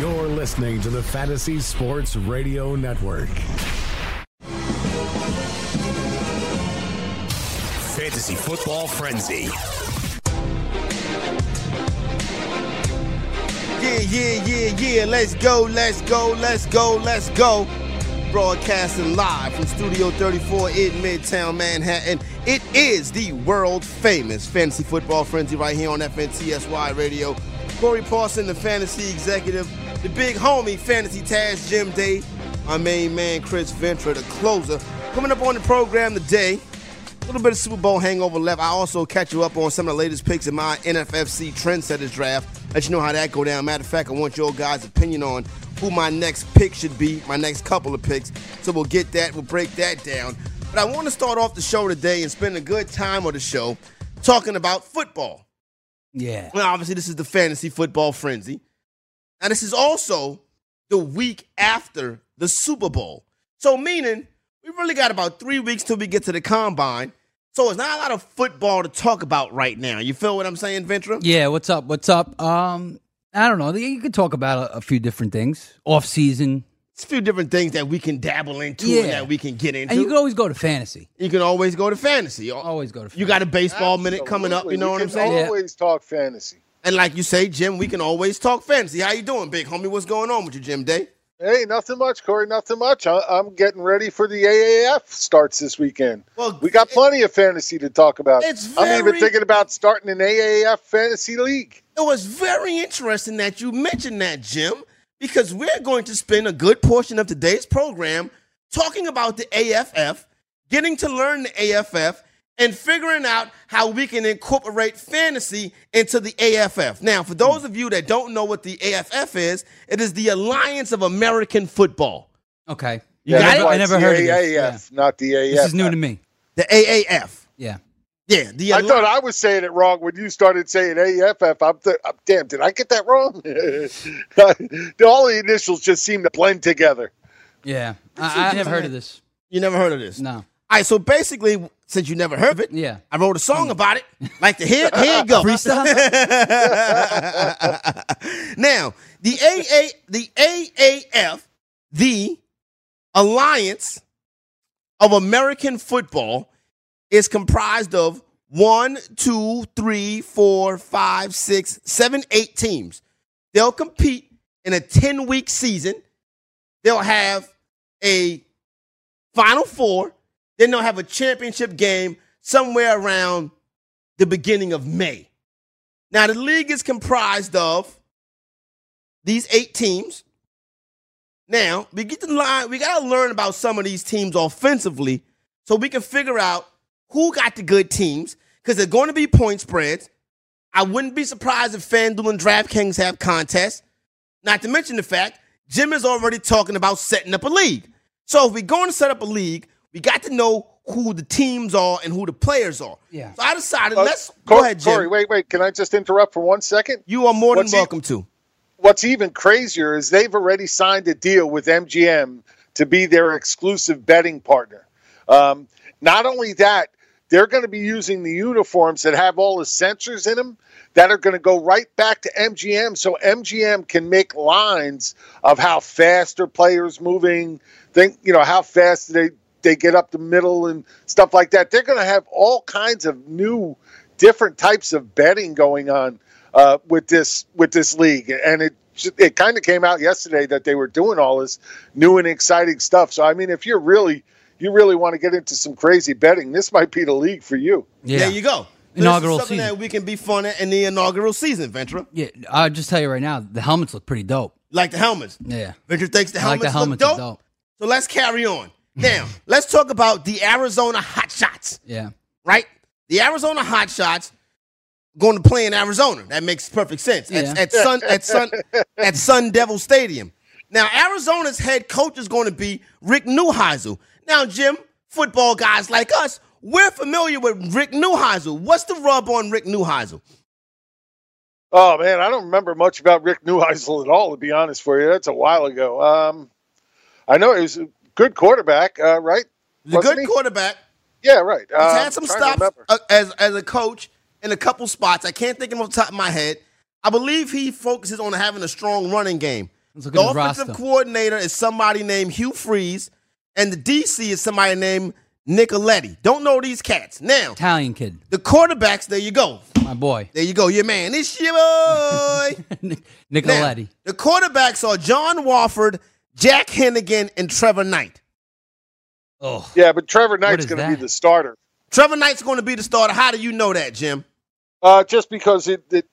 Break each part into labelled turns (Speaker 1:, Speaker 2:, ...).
Speaker 1: You're listening to the Fantasy Sports Radio Network.
Speaker 2: Fantasy Football Frenzy.
Speaker 3: Yeah, yeah, yeah, yeah. Let's go, let's go, let's go, let's go. Broadcasting live from Studio 34 in Midtown Manhattan. It is the world famous Fantasy Football Frenzy right here on FNTSY Radio. Corey Parson, the fantasy executive, the big homie, Fantasy Taz Jim Day, my main man, Chris Ventra, the closer. Coming up on the program today, a little bit of Super Bowl hangover left. I also catch you up on some of the latest picks in my NFFC Trendsetters draft. Let you know how that go down. Matter of fact, I want your guys' opinion on who my next pick should be, my next couple of picks. So we'll get that, we'll break that down. But I want to start off the show today and spend a good time of the show talking about football.
Speaker 4: Yeah.
Speaker 3: Well, obviously, this is the fantasy football frenzy. And this is also the week after the Super Bowl. So, meaning we really got about three weeks till we get to the combine. So, it's not a lot of football to talk about right now. You feel what I'm saying, Ventra?
Speaker 5: Yeah, what's up? What's up? Um, I don't know. You could talk about a, a few different things off season,
Speaker 3: It's a few different things that we can dabble into
Speaker 5: Yeah.
Speaker 3: and that we can get into.
Speaker 5: and you could always go to fantasy.
Speaker 3: You can always go to fantasy. You
Speaker 5: Always go to. Fantasy.
Speaker 3: got a baseball minute coming up. You know what I'm saying?
Speaker 5: all- Yeah.
Speaker 6: Always talk fantasy.
Speaker 3: And like you say, Jim, we can always talk fantasy. How you doing, big homie? What's going on with you, Jim Day?
Speaker 6: Hey, nothing much, Corey. Nothing much. I, I'm getting ready for the AAF starts this weekend.
Speaker 3: Well,
Speaker 6: We got plenty of fantasy to talk about.
Speaker 3: It's
Speaker 6: I'm even
Speaker 3: very-
Speaker 6: thinking about starting an AAF fantasy league.
Speaker 3: It was very interesting that you mentioned that, Jim, because we're going to spend a good portion of today's program talking about the AFF, getting to learn the AFF, and figuring out how we can incorporate fantasy into the AFF. Now, for those of you that don't know what the AFF is, it is the Alliance of American Football.
Speaker 5: Okay,
Speaker 6: You
Speaker 5: got it? I never heard of
Speaker 6: the
Speaker 5: this.
Speaker 6: AAF, not the AAF.
Speaker 5: this is new to me.
Speaker 3: The AAF.
Speaker 5: Yeah,
Speaker 3: Yeah, the
Speaker 6: I
Speaker 3: Alli-
Speaker 6: thought I was saying it wrong when you started saying AFF. I'm, th- I'm damn. Did I get that wrong? All the initials just seem to blend together.
Speaker 5: yeah. I, I never heard of this.
Speaker 3: you never heard of this.
Speaker 5: No.
Speaker 3: All right, so basically, since you never heard of it,
Speaker 5: Yeah.
Speaker 3: I wrote a song about it. Like the here, here you go. now, the AA, the AAF, the Alliance of American Football, is comprised of one, two, three, four, five, six, seven, eight teams. They'll compete in a 10 week season. They'll have a Final Four. Then they'll have a championship game somewhere around the beginning of May. Now, the league is comprised of these eight teams. Now, we get to line, we got to learn about some of these teams offensively so we can figure out who got the good teams because they're going to be point spreads. I wouldn't be surprised if FanDuel and DraftKings have contests. Not to mention the fact Jim is already talking about setting up a league. So if we're going to set up a league, we got to know who the teams are and who the players are.
Speaker 5: Yeah.
Speaker 3: So I decided
Speaker 6: Uh,
Speaker 3: let's
Speaker 6: Cor-
Speaker 3: go ahead, Jim.
Speaker 6: Corey, wait, wait. Can I just interrupt for one second?
Speaker 3: You are more than
Speaker 6: What's he-
Speaker 3: welcome to.
Speaker 6: What's even crazier is they've already signed a deal with MGM to be their exclusive betting partner. Um, not only that, they're going to be using the uniforms that have all the sensors in them that are going to go right back to MGM so MGM can make lines of how fast are players moving, think, you know, how fast they they get up the middle and stuff like that. They're going to have all kinds of new, different types of betting going on uh, with this with this league, and it ju- it kind of came out yesterday that they were doing all this new and exciting stuff. So I mean, if you're really you really want to get into some crazy betting, this might be the league for you.
Speaker 5: Yeah,
Speaker 3: There you go.
Speaker 5: Inaugural
Speaker 3: this is something
Speaker 5: season.
Speaker 3: that we can be fun at in the inaugural season, Ventura.
Speaker 5: yeah. I'll just tell you right now, the helmets look pretty dope.
Speaker 3: Like the helmets.
Speaker 5: Yeah,
Speaker 3: Ventura thinks the
Speaker 5: I like
Speaker 3: helmets,
Speaker 5: the helmets.
Speaker 3: look
Speaker 5: Look
Speaker 3: dope. So let's carry on. Now, let's talk about the Arizona Hot Shots,
Speaker 5: Yeah,
Speaker 3: right? The Arizona Hot Shots going to play in Arizona. That makes perfect sense. At,
Speaker 5: Yeah.
Speaker 3: at Sun at Sun at Sun Devil Stadium. Now Arizona's head coach is going to be Rick Neuheisel. Now, Jim, football guys like us, we're familiar with Rick Neuheisel. What's the rub on Rick Neuheisel?
Speaker 6: Oh man, I don't remember much about Rick Neuheisel at all. To be honest for you, that's a while ago. Um, I know he was a good quarterback, uh, right?
Speaker 3: He's a
Speaker 6: Wasn't
Speaker 3: good
Speaker 6: he?
Speaker 3: quarterback.
Speaker 6: Yeah, right.
Speaker 3: He's
Speaker 6: Uh, I'm
Speaker 3: had some
Speaker 6: trying to
Speaker 3: stops
Speaker 6: remember.
Speaker 3: uh, as as a coach in a couple spots. I can't think of them off the top of my head. I believe he focuses on having a strong running game.
Speaker 5: Let's look
Speaker 3: The
Speaker 5: at his
Speaker 3: offensive
Speaker 5: roster.
Speaker 3: coordinator is somebody named Hugh Freeze, and the DC is somebody named Nicoletti. Don't know these cats. Now,
Speaker 5: Italian kid,
Speaker 3: the quarterbacks, there you go.
Speaker 5: my boy,
Speaker 3: There you go. Your man. It's your boy.
Speaker 5: Nic-
Speaker 3: Now,
Speaker 5: Nicoletti.
Speaker 3: the quarterbacks are John Wofford, Jack Hennigan, and Trevor Knight.
Speaker 5: Oh,
Speaker 6: Yeah, but Trevor Knight's
Speaker 5: is
Speaker 6: going to be
Speaker 5: that?
Speaker 6: the starter.
Speaker 3: Trevor Knight's going to be the starter. How do you know that, Jim?
Speaker 6: Uh, just because it, it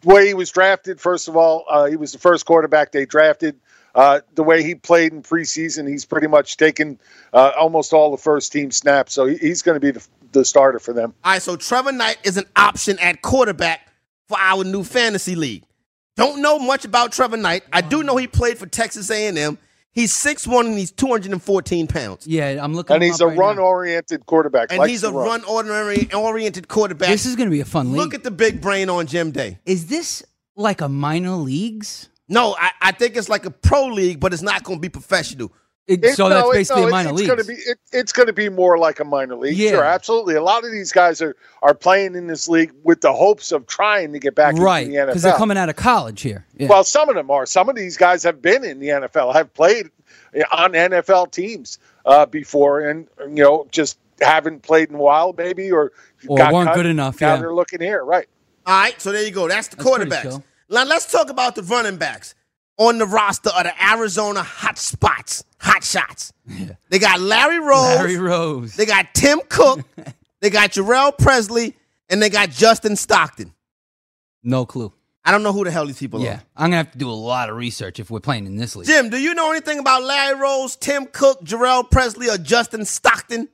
Speaker 6: the way he was drafted, first of all, uh, he was the first quarterback they drafted. Uh, the way he played in preseason, he's pretty much taken uh, almost all the first team snaps, so he, he's going to be the, the starter for them.
Speaker 3: All right, so Trevor Knight is an option at quarterback for our new fantasy league. Don't know much about Trevor Knight. I do know he played for Texas A&M. He's 6'1 and he's 214 pounds.
Speaker 5: yeah, I'm looking.
Speaker 6: And
Speaker 5: him
Speaker 6: he's a
Speaker 5: up right now.
Speaker 6: run-oriented quarterback.
Speaker 3: And
Speaker 6: likes
Speaker 3: he's
Speaker 6: to
Speaker 3: a run ordinary oriented quarterback.
Speaker 5: This is going to be a fun league.
Speaker 3: Look at the big brain on Jim Day.
Speaker 5: is this like a minor leagues?
Speaker 3: No, I, I think it's like a pro league, but it's not going to be professional.
Speaker 5: It-
Speaker 6: It-
Speaker 5: so
Speaker 6: no,
Speaker 5: that's
Speaker 6: it-
Speaker 5: basically
Speaker 6: no,
Speaker 5: a
Speaker 6: it-
Speaker 5: minor
Speaker 6: it's
Speaker 5: leagues.
Speaker 6: Gonna be, it, it's going to be more like a minor league.
Speaker 5: Yeah.
Speaker 6: Sure, absolutely. A lot of these guys are are playing in this league with the hopes of trying to get back
Speaker 5: right,
Speaker 6: into the NFL.
Speaker 5: because they're coming out of college here. Yeah.
Speaker 6: Well, some of them are. Some of these guys have been in the NFL, have played on NFL teams uh, before, and you know just haven't played in a while, maybe, or,
Speaker 5: Or weren't good enough,
Speaker 6: Now
Speaker 5: yeah.
Speaker 6: they're looking here, right?
Speaker 3: All right, so there you go. That's the
Speaker 5: That's pretty
Speaker 3: quarterbacks.
Speaker 5: chill.
Speaker 3: Now let's talk about the running backs on the roster of the Arizona Hot Spots, Hot Shots. They got Larry Rose.
Speaker 5: Larry Rose.
Speaker 3: They got Tim Cook. they got Jarrell Presley, and they got Justin Stockton.
Speaker 5: no clue.
Speaker 3: I don't know who the hell these people
Speaker 5: Yeah,
Speaker 3: are.
Speaker 5: I'm gonna have to do a lot of research if we're playing in this league.
Speaker 3: Jim, do you know anything about Larry Rose, Tim Cook, Jarrell Presley, or Justin Stockton?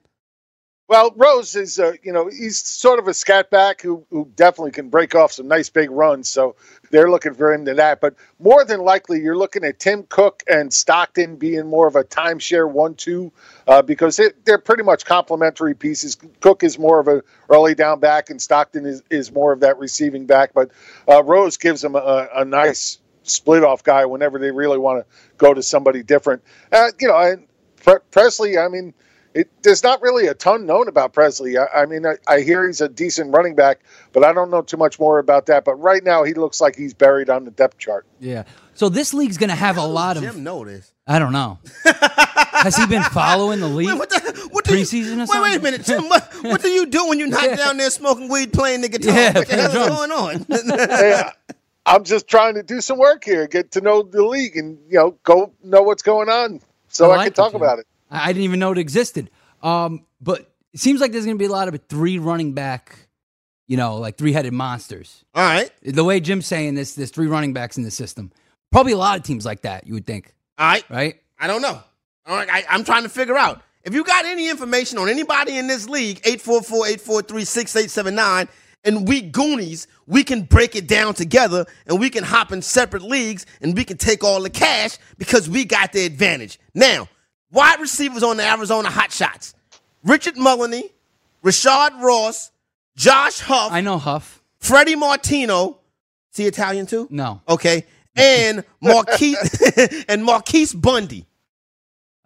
Speaker 6: Well, Rose is, uh, you know, he's sort of a scat back who, who definitely can break off some nice big runs. So they're looking for him to that. But more than likely, you're looking at Tim Cook and Stockton being more of a timeshare one-two uh, because it, they're pretty much complementary pieces. Cook is more of a early down back, and Stockton is, is more of that receiving back. But uh, Rose gives him a, a nice split off guy whenever they really want to go to somebody different. Uh, you know, and Pre- Presley, I mean, it, there's not really a ton known about Presley. I, I mean, I, I hear he's a decent running back, but I don't know too much more about that. But right now, he looks like he's buried on the depth chart.
Speaker 5: Yeah. So this league's gonna have a lot of.
Speaker 3: Jim know this.
Speaker 5: I don't know. Has he been following the league?
Speaker 3: Wait, what the, what do you-
Speaker 5: Preseason or
Speaker 3: wait, wait a
Speaker 5: something?
Speaker 3: minute, Jim. What, what do you do when you're not down there smoking weed, playing the guitar?
Speaker 5: Yeah,
Speaker 3: what the hell is
Speaker 5: playing
Speaker 3: going on?
Speaker 6: Hey, I- I'm just trying to do some work here, get to know the league, and you know, go know what's going on, so I,
Speaker 5: like
Speaker 6: can talk
Speaker 5: Jim.
Speaker 6: about it.
Speaker 5: I, I didn't even know it existed. Um, but it seems like there's gonna be a lot of three running back, you know, like three headed monsters.
Speaker 3: All right.
Speaker 5: The way Jim's saying this, there's three running backs in the system. Probably a lot of teams like that. You would think,
Speaker 3: All right.
Speaker 5: right?
Speaker 3: I don't know. All right, I, I'm trying to figure out. If you got any information on anybody in this league, 844-843-6879, and we Goonies, we can break it down together and we can hop in separate leagues and we can take all the cash because we got the advantage. Now, wide receivers on the Arizona Hot Shots. Richard Mullany, Rashad Ross, Josh Huff,
Speaker 5: I know Huff.
Speaker 3: Freddie Martino. See Italian too?
Speaker 5: No.
Speaker 3: Okay. And Marquise and Marquise Bundy.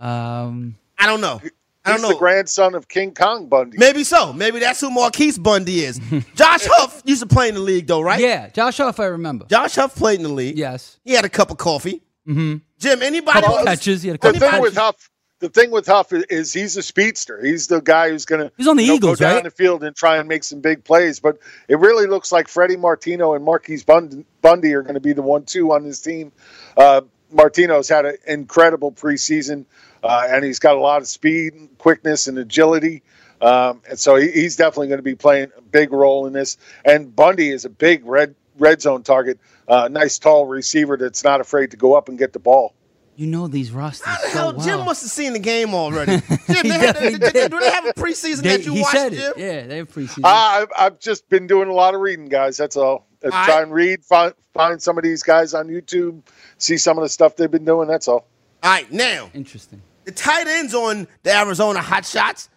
Speaker 5: Um,
Speaker 3: I don't know. I
Speaker 6: He's
Speaker 3: don't know.
Speaker 6: the grandson of King Kong Bundy.
Speaker 3: Maybe so. Maybe that's who Marquise Bundy is. Josh Huff used to play in the league, though, right?
Speaker 5: yeah, Josh Huff. I remember.
Speaker 3: Josh Huff played in the league.
Speaker 5: yes.
Speaker 3: He had a cup of coffee. Mm-hmm. Jim, anybody?
Speaker 5: Couple
Speaker 3: on this-
Speaker 5: catches. He had a
Speaker 6: the
Speaker 5: couple
Speaker 6: thing with
Speaker 5: catches.
Speaker 6: Huff, the thing with Huff is, is he's a speedster. He's the guy who's going to
Speaker 5: He's on the Eagles,
Speaker 6: go down
Speaker 5: right?
Speaker 6: the field and try and make some big plays. But it really looks like Freddie Martino and Marquise Bund- Bundy are going to be the one-two on this team. Uh, Martino's had an incredible preseason, uh, and he's got a lot of speed, and quickness, and agility. Um, and so he, he's definitely going to be playing a big role in this. And Bundy is a big red red zone target. Uh, nice tall receiver that's not afraid to go up and get the ball.
Speaker 5: You know these rosters
Speaker 3: How the
Speaker 5: so
Speaker 3: hell?
Speaker 5: well.
Speaker 3: Jim must have seen the game already. Jim, they had the-
Speaker 5: Oh, definitely
Speaker 3: did- did-
Speaker 5: did.
Speaker 3: do they have a preseason
Speaker 5: They-
Speaker 3: that you
Speaker 5: he
Speaker 3: watched,
Speaker 5: said
Speaker 3: Jim? Ah.
Speaker 5: it. Yeah, they have preseason.
Speaker 6: I, I've- I've just been doing a lot of reading, guys. That's all. Uh,
Speaker 3: I-
Speaker 6: Try and read, find, find some of these guys on YouTube, see some of the stuff they've been doing. That's all.
Speaker 3: All right, now
Speaker 5: Interesting.
Speaker 3: the tight ends on the Arizona Hot Shots: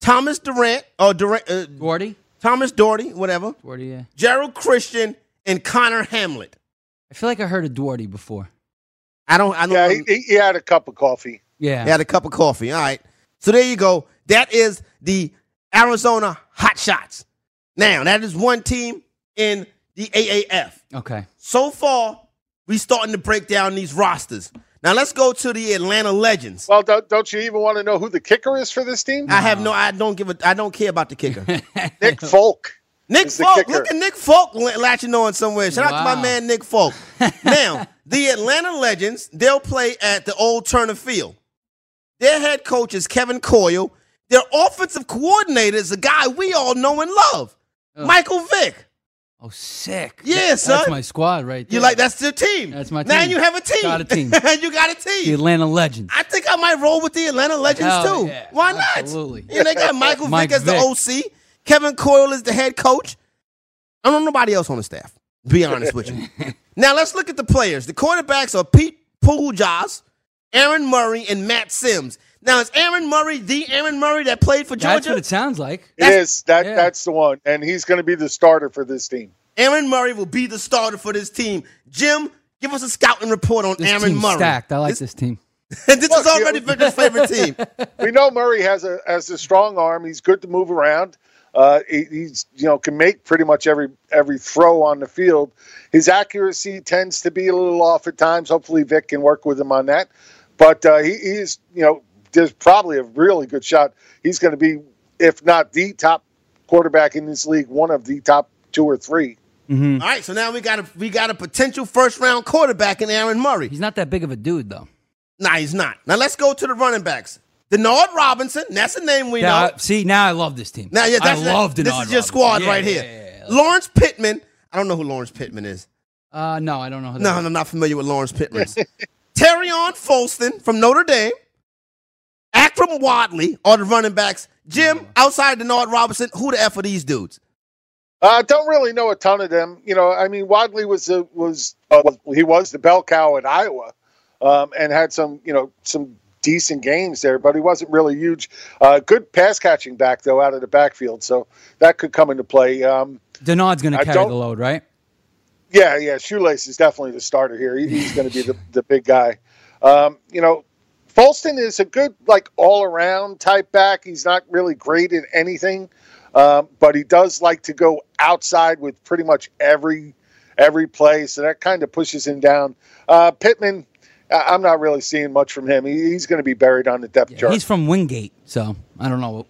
Speaker 3: Thomas Durant or Durant, uh,
Speaker 5: Gordy?
Speaker 3: Thomas Doherty, whatever,
Speaker 5: Gordy, yeah.
Speaker 3: Gerald Christian, and Connor Hamlet.
Speaker 5: I feel like I heard of Doherty before.
Speaker 3: I don't. I don't.
Speaker 6: Yeah,
Speaker 3: know-
Speaker 6: he, he- he had a cup of coffee.
Speaker 5: Yeah.
Speaker 3: They had a cup of coffee. All right. So there you go. That is the Arizona Hot Shots. Now that is one team in the AAF.
Speaker 5: Okay.
Speaker 3: So far, we starting to break down these rosters. Now let's go to the Atlanta Legends.
Speaker 6: Well, don't, don't you even want to know who the kicker is for this team?
Speaker 3: I have no. I don't give a. I don't care about the kicker.
Speaker 6: Nick Folk.
Speaker 3: Nick
Speaker 6: He's the
Speaker 3: Folk.
Speaker 6: kicker.
Speaker 3: Look at Nick Folk la- latching on somewhere. Shout out to my
Speaker 5: Wow.
Speaker 3: man Nick Folk. now the Atlanta Legends. They'll play at the old Turner Field. Their head coach is Kevin Coyle. Their offensive coordinator is a guy we all know and love,
Speaker 5: Ugh.
Speaker 3: Michael Vick.
Speaker 5: Oh, sick.
Speaker 3: Yeah, son.
Speaker 5: That's my squad right there.
Speaker 3: You like that's your team.
Speaker 5: That's my
Speaker 3: Now
Speaker 5: team.
Speaker 3: you have a team.
Speaker 5: Got a team.
Speaker 3: you got a team.
Speaker 5: The Atlanta Legends.
Speaker 3: I think I might roll with the Atlanta Legends
Speaker 5: Hell
Speaker 3: too.
Speaker 5: yeah.
Speaker 3: Why not?
Speaker 5: Absolutely.
Speaker 3: You know, they got Michael
Speaker 5: Mike
Speaker 3: Vick as
Speaker 5: Vick.
Speaker 3: the OC. Kevin Coyle is the head coach. I don't know nobody else on the staff. to Be honest with you. Now let's look at the players. The quarterbacks are Pete Pujas, Aaron Murray, and Matt Sims. Now is Aaron Murray the Aaron Murray that played for
Speaker 5: That's what
Speaker 3: Georgia?
Speaker 5: it sounds like.
Speaker 6: It is that.
Speaker 5: yeah.
Speaker 6: That's the one, and he's going to be the starter for this team.
Speaker 3: Aaron Murray will be the starter for this team. Jim, give us a scouting report on
Speaker 5: This
Speaker 3: Aaron
Speaker 5: team's
Speaker 3: Murray.
Speaker 5: stacked. I like this, team.
Speaker 3: this is
Speaker 6: Look, you-
Speaker 3: already Victor's favorite team.
Speaker 6: we know Murray has a has a strong arm. He's good to move around. Uh, he, he's you know can make pretty much every every throw on the field. His accuracy tends to be a little off at times. Hopefully, Vic can work with him on that. But uh, he, he is you know there's probably a really good shot. He's going to be if not the top quarterback in this league, one of the top two or three.
Speaker 3: All right, so now we got a we got a potential first round quarterback in Aaron Murray.
Speaker 5: He's not that big of a dude, though.
Speaker 3: Nah, he's not. Now let's go to the running backs. Denard Robinson, that's a name we
Speaker 5: Yeah,
Speaker 3: know.
Speaker 5: I- see, now I love this team.
Speaker 3: Now, yeah, that's
Speaker 5: I love
Speaker 3: this
Speaker 5: Denard
Speaker 3: is your
Speaker 5: Robinson.
Speaker 3: squad
Speaker 5: Yeah,
Speaker 3: right
Speaker 5: yeah,
Speaker 3: here.
Speaker 5: yeah, yeah.
Speaker 3: Lawrence Pittman. I don't know who Lawrence Pittman is.
Speaker 5: Uh, no, I don't know. Who
Speaker 3: No,
Speaker 5: that is.
Speaker 3: I'm not familiar with Lawrence Pittman. Terrion Folston from Notre Dame. Akram Wadley are the running backs.
Speaker 5: Mm-hmm.
Speaker 3: Jim, outside Denard Robinson, who the F are these dudes?
Speaker 6: I Uh, don't really know a ton of them. You know, I mean, Wadley was a, was uh, he was the bell cow at Iowa, um, and had some you know some decent games there, but he wasn't really huge. Uh, good pass catching back though out of the backfield, so that could come into play. Um,
Speaker 5: Denard's going
Speaker 6: I
Speaker 5: to carry
Speaker 6: don't-
Speaker 5: the load, right?
Speaker 6: yeah, yeah, shoelace is definitely the starter here. He- he's going to be the, the big guy. Um, you know, Folston is a good like all around type back. He's not really great at anything, um, but he does like to go outside with pretty much every every play. So that kind of pushes him down. Uh, Pittman, I- I'm not really seeing much from him. He- he's going to be buried on the depth
Speaker 5: Yeah,
Speaker 6: chart.
Speaker 5: He's from Wingate, so I don't know. What,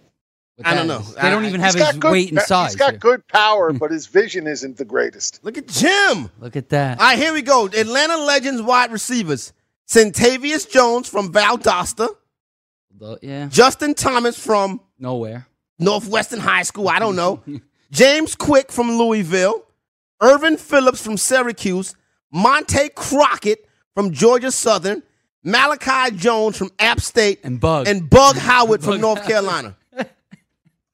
Speaker 5: what
Speaker 3: I don't
Speaker 5: that
Speaker 3: know. Uh,
Speaker 5: is. They don't
Speaker 3: I-
Speaker 5: even
Speaker 6: He's
Speaker 5: have his weight and
Speaker 6: pa-
Speaker 5: size.
Speaker 6: He's got
Speaker 5: here. Hmm.
Speaker 6: good power, but his vision isn't the greatest.
Speaker 3: Look at Jim.
Speaker 5: Look at that.
Speaker 3: All right, here we go. Atlanta Legends wide receivers. Centavius Jones from Valdosta.
Speaker 5: Though, yeah,
Speaker 3: Justin Thomas from
Speaker 5: nowhere.
Speaker 3: Northwestern High School. I don't know. James Quick from Louisville. Irvin Phillips from Syracuse. Monte Crockett from Georgia Southern. Malachi Jones from App State.
Speaker 5: And Bug.
Speaker 3: And Bug Howard from
Speaker 5: Bug
Speaker 3: North
Speaker 5: Howard.
Speaker 3: Carolina. I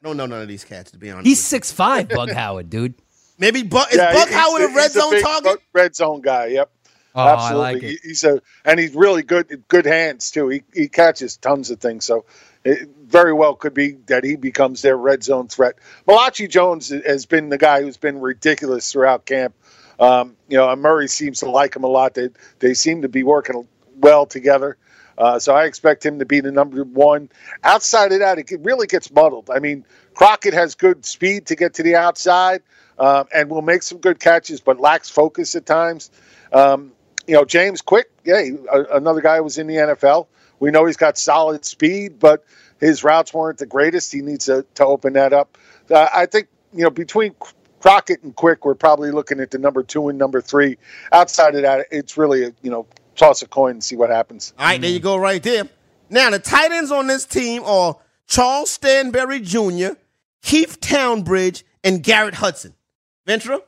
Speaker 3: don't know none of these cats, to be honest.
Speaker 5: He's
Speaker 3: with
Speaker 5: six five, Bug Howard, dude.
Speaker 3: you. Maybe Bug, is
Speaker 6: Yeah,
Speaker 3: Bug
Speaker 6: he-
Speaker 3: Howard a
Speaker 6: he's
Speaker 3: red zone
Speaker 6: big
Speaker 3: target?
Speaker 6: bu- Red zone guy. Yep.
Speaker 5: Oh,
Speaker 6: Absolutely.
Speaker 5: I like
Speaker 6: He-
Speaker 5: it.
Speaker 6: He's a and he's really good good hands too. He he catches tons of things. So it very well could be that he becomes their red zone threat. Malachi Jones has been the guy who's been ridiculous throughout camp. Um, you know, and Murray seems to like him a lot. They they seem to be working well together. Uh, so I expect him to be the number one. Outside of that, it get- really gets muddled. I mean, Crockett has good speed to get to the outside um, and will make some good catches, but lacks focus at times. Um, you know, James Quick, yeah, he, a, another guy who was in the NFL. We know he's got solid speed, but his routes weren't the greatest. He needs to, to open that up. Uh, I think, you know, between Crockett and Quick, we're probably looking at the number two and number three. Outside of that, it's really, a, you know, toss a coin and see what happens.
Speaker 3: All right, there you go, right there. Now the tight ends on this team are Charles Stanberry Jr., Keith Townbridge, and Garrett Hudson. Ventura,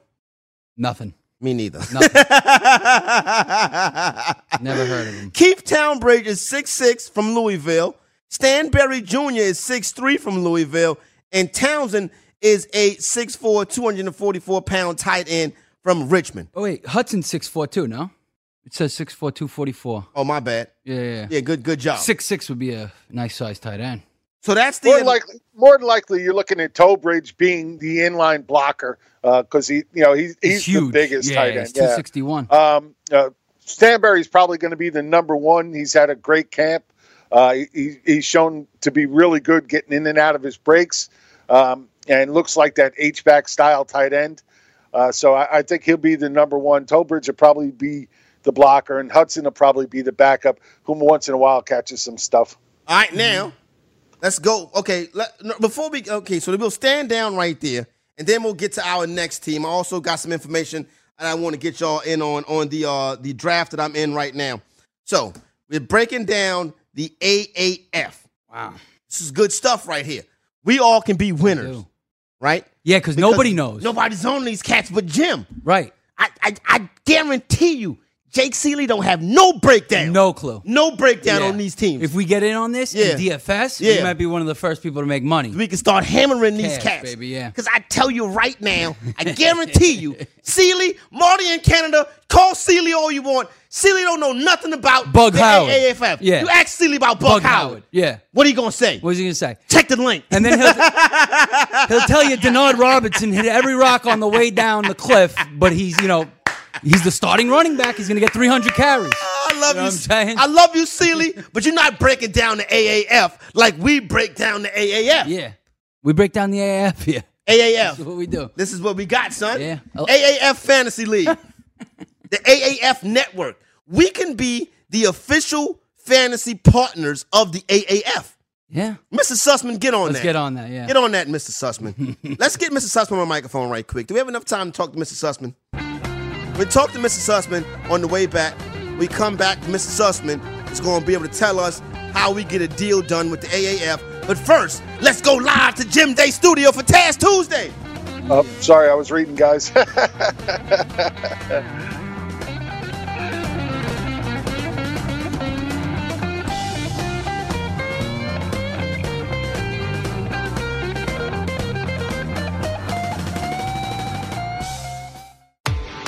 Speaker 5: Nothing.
Speaker 3: Me neither.
Speaker 5: Nothing. Never heard of him.
Speaker 3: Keith Townbridge is 6'6 from Louisville. Stanberry Jr. is 6'3 from Louisville. And Townsend is a 6'4, 244 pound tight end from Richmond.
Speaker 5: Oh wait, Hudson's six four two. No, it says six four two forty four.
Speaker 3: Oh, my bad.
Speaker 5: Yeah, yeah, yeah.
Speaker 3: Yeah, good good job.
Speaker 5: Six six would be a nice size tight end.
Speaker 3: So that's the
Speaker 6: More likely, more than likely, you're looking at Tobridge being the inline blocker because he, you know, he's he's the biggest
Speaker 5: yeah,
Speaker 6: tight
Speaker 5: He's
Speaker 6: end.
Speaker 5: two
Speaker 6: Yeah.
Speaker 5: sixty one.
Speaker 6: Um, uh, Stanberry's probably going to be the number one. He's had a great camp. Uh, he- he, he's shown to be really good getting in and out of his breaks, um, and looks like that H back style tight end. Uh, so I, I think he'll be the number one. Tobridge will probably be the blocker, and Hudson will probably be the backup, whom once in a while catches some stuff.
Speaker 3: All right, now
Speaker 5: Mm-hmm.
Speaker 3: let's go. Okay, let, no, before we okay, so we'll stand down right there, and then we'll get to our next team. I also got some information, and I want to get y'all in on on the uh the draft that I'm in right now. So we're breaking down the AAF.
Speaker 5: Wow.
Speaker 3: This is good stuff right here. We all can be winners,
Speaker 5: do.
Speaker 3: right?
Speaker 5: Yeah, cause
Speaker 3: Because
Speaker 5: nobody knows.
Speaker 3: Nobody's on these cats but Jim.
Speaker 5: Right.
Speaker 3: I I, I guarantee you, Jake Seeley don't have no breakdown.
Speaker 5: No clue.
Speaker 3: no breakdown
Speaker 5: Yeah.
Speaker 3: on these teams.
Speaker 5: If we get in on this in
Speaker 3: Yeah.
Speaker 5: DFS,
Speaker 3: Yeah.
Speaker 5: we might be one of the first people to make money.
Speaker 3: we can start hammering these
Speaker 5: Cash,
Speaker 3: cats.
Speaker 5: baby, yeah.
Speaker 3: Because I tell you right now, I guarantee you, Sealy, Marty in Canada, call Sealy all you want. Sealy don't know nothing about
Speaker 5: Bug
Speaker 3: the
Speaker 5: Howard.
Speaker 3: AAFF.
Speaker 5: Yeah.
Speaker 3: You ask Sealy about Bug, Howard.
Speaker 5: Yeah.
Speaker 3: What he gonna say?
Speaker 5: What was he gonna say?
Speaker 3: Check the link.
Speaker 5: And then he'll, he'll tell you Denard Robinson hit every rock on the way down the cliff, but he's you know he's the starting running back. He's gonna get 300 carries.
Speaker 3: I love
Speaker 5: You know
Speaker 3: you.
Speaker 5: what I'm saying?
Speaker 3: I love you, Sealy, but you're not breaking down the AAF like we break down the AAF.
Speaker 5: Yeah, we break down the AF. Yeah,
Speaker 3: AAF.
Speaker 5: that's what we do.
Speaker 3: This is what we got, son.
Speaker 5: Yeah. Oh.
Speaker 3: AAF Fantasy League. the AAF Network. We can be the official fantasy partners of the AAF.
Speaker 5: Yeah,
Speaker 3: Mr. Sussman, get on
Speaker 5: let's
Speaker 3: that.
Speaker 5: get on that. Yeah,
Speaker 3: Get on that, Mr. Sussman. Let's get Mr. Sussman on the microphone right quick. Do we have enough time to talk to Mr. Sussman? We talk to Mr. Sussman on the way back. We come back. Mr. Sussman is going to be able to tell us how we get a deal done with the AAF. But first, let's go live to Jim Day Studio for Taz Tuesday.
Speaker 6: Oh, sorry, I was reading, guys.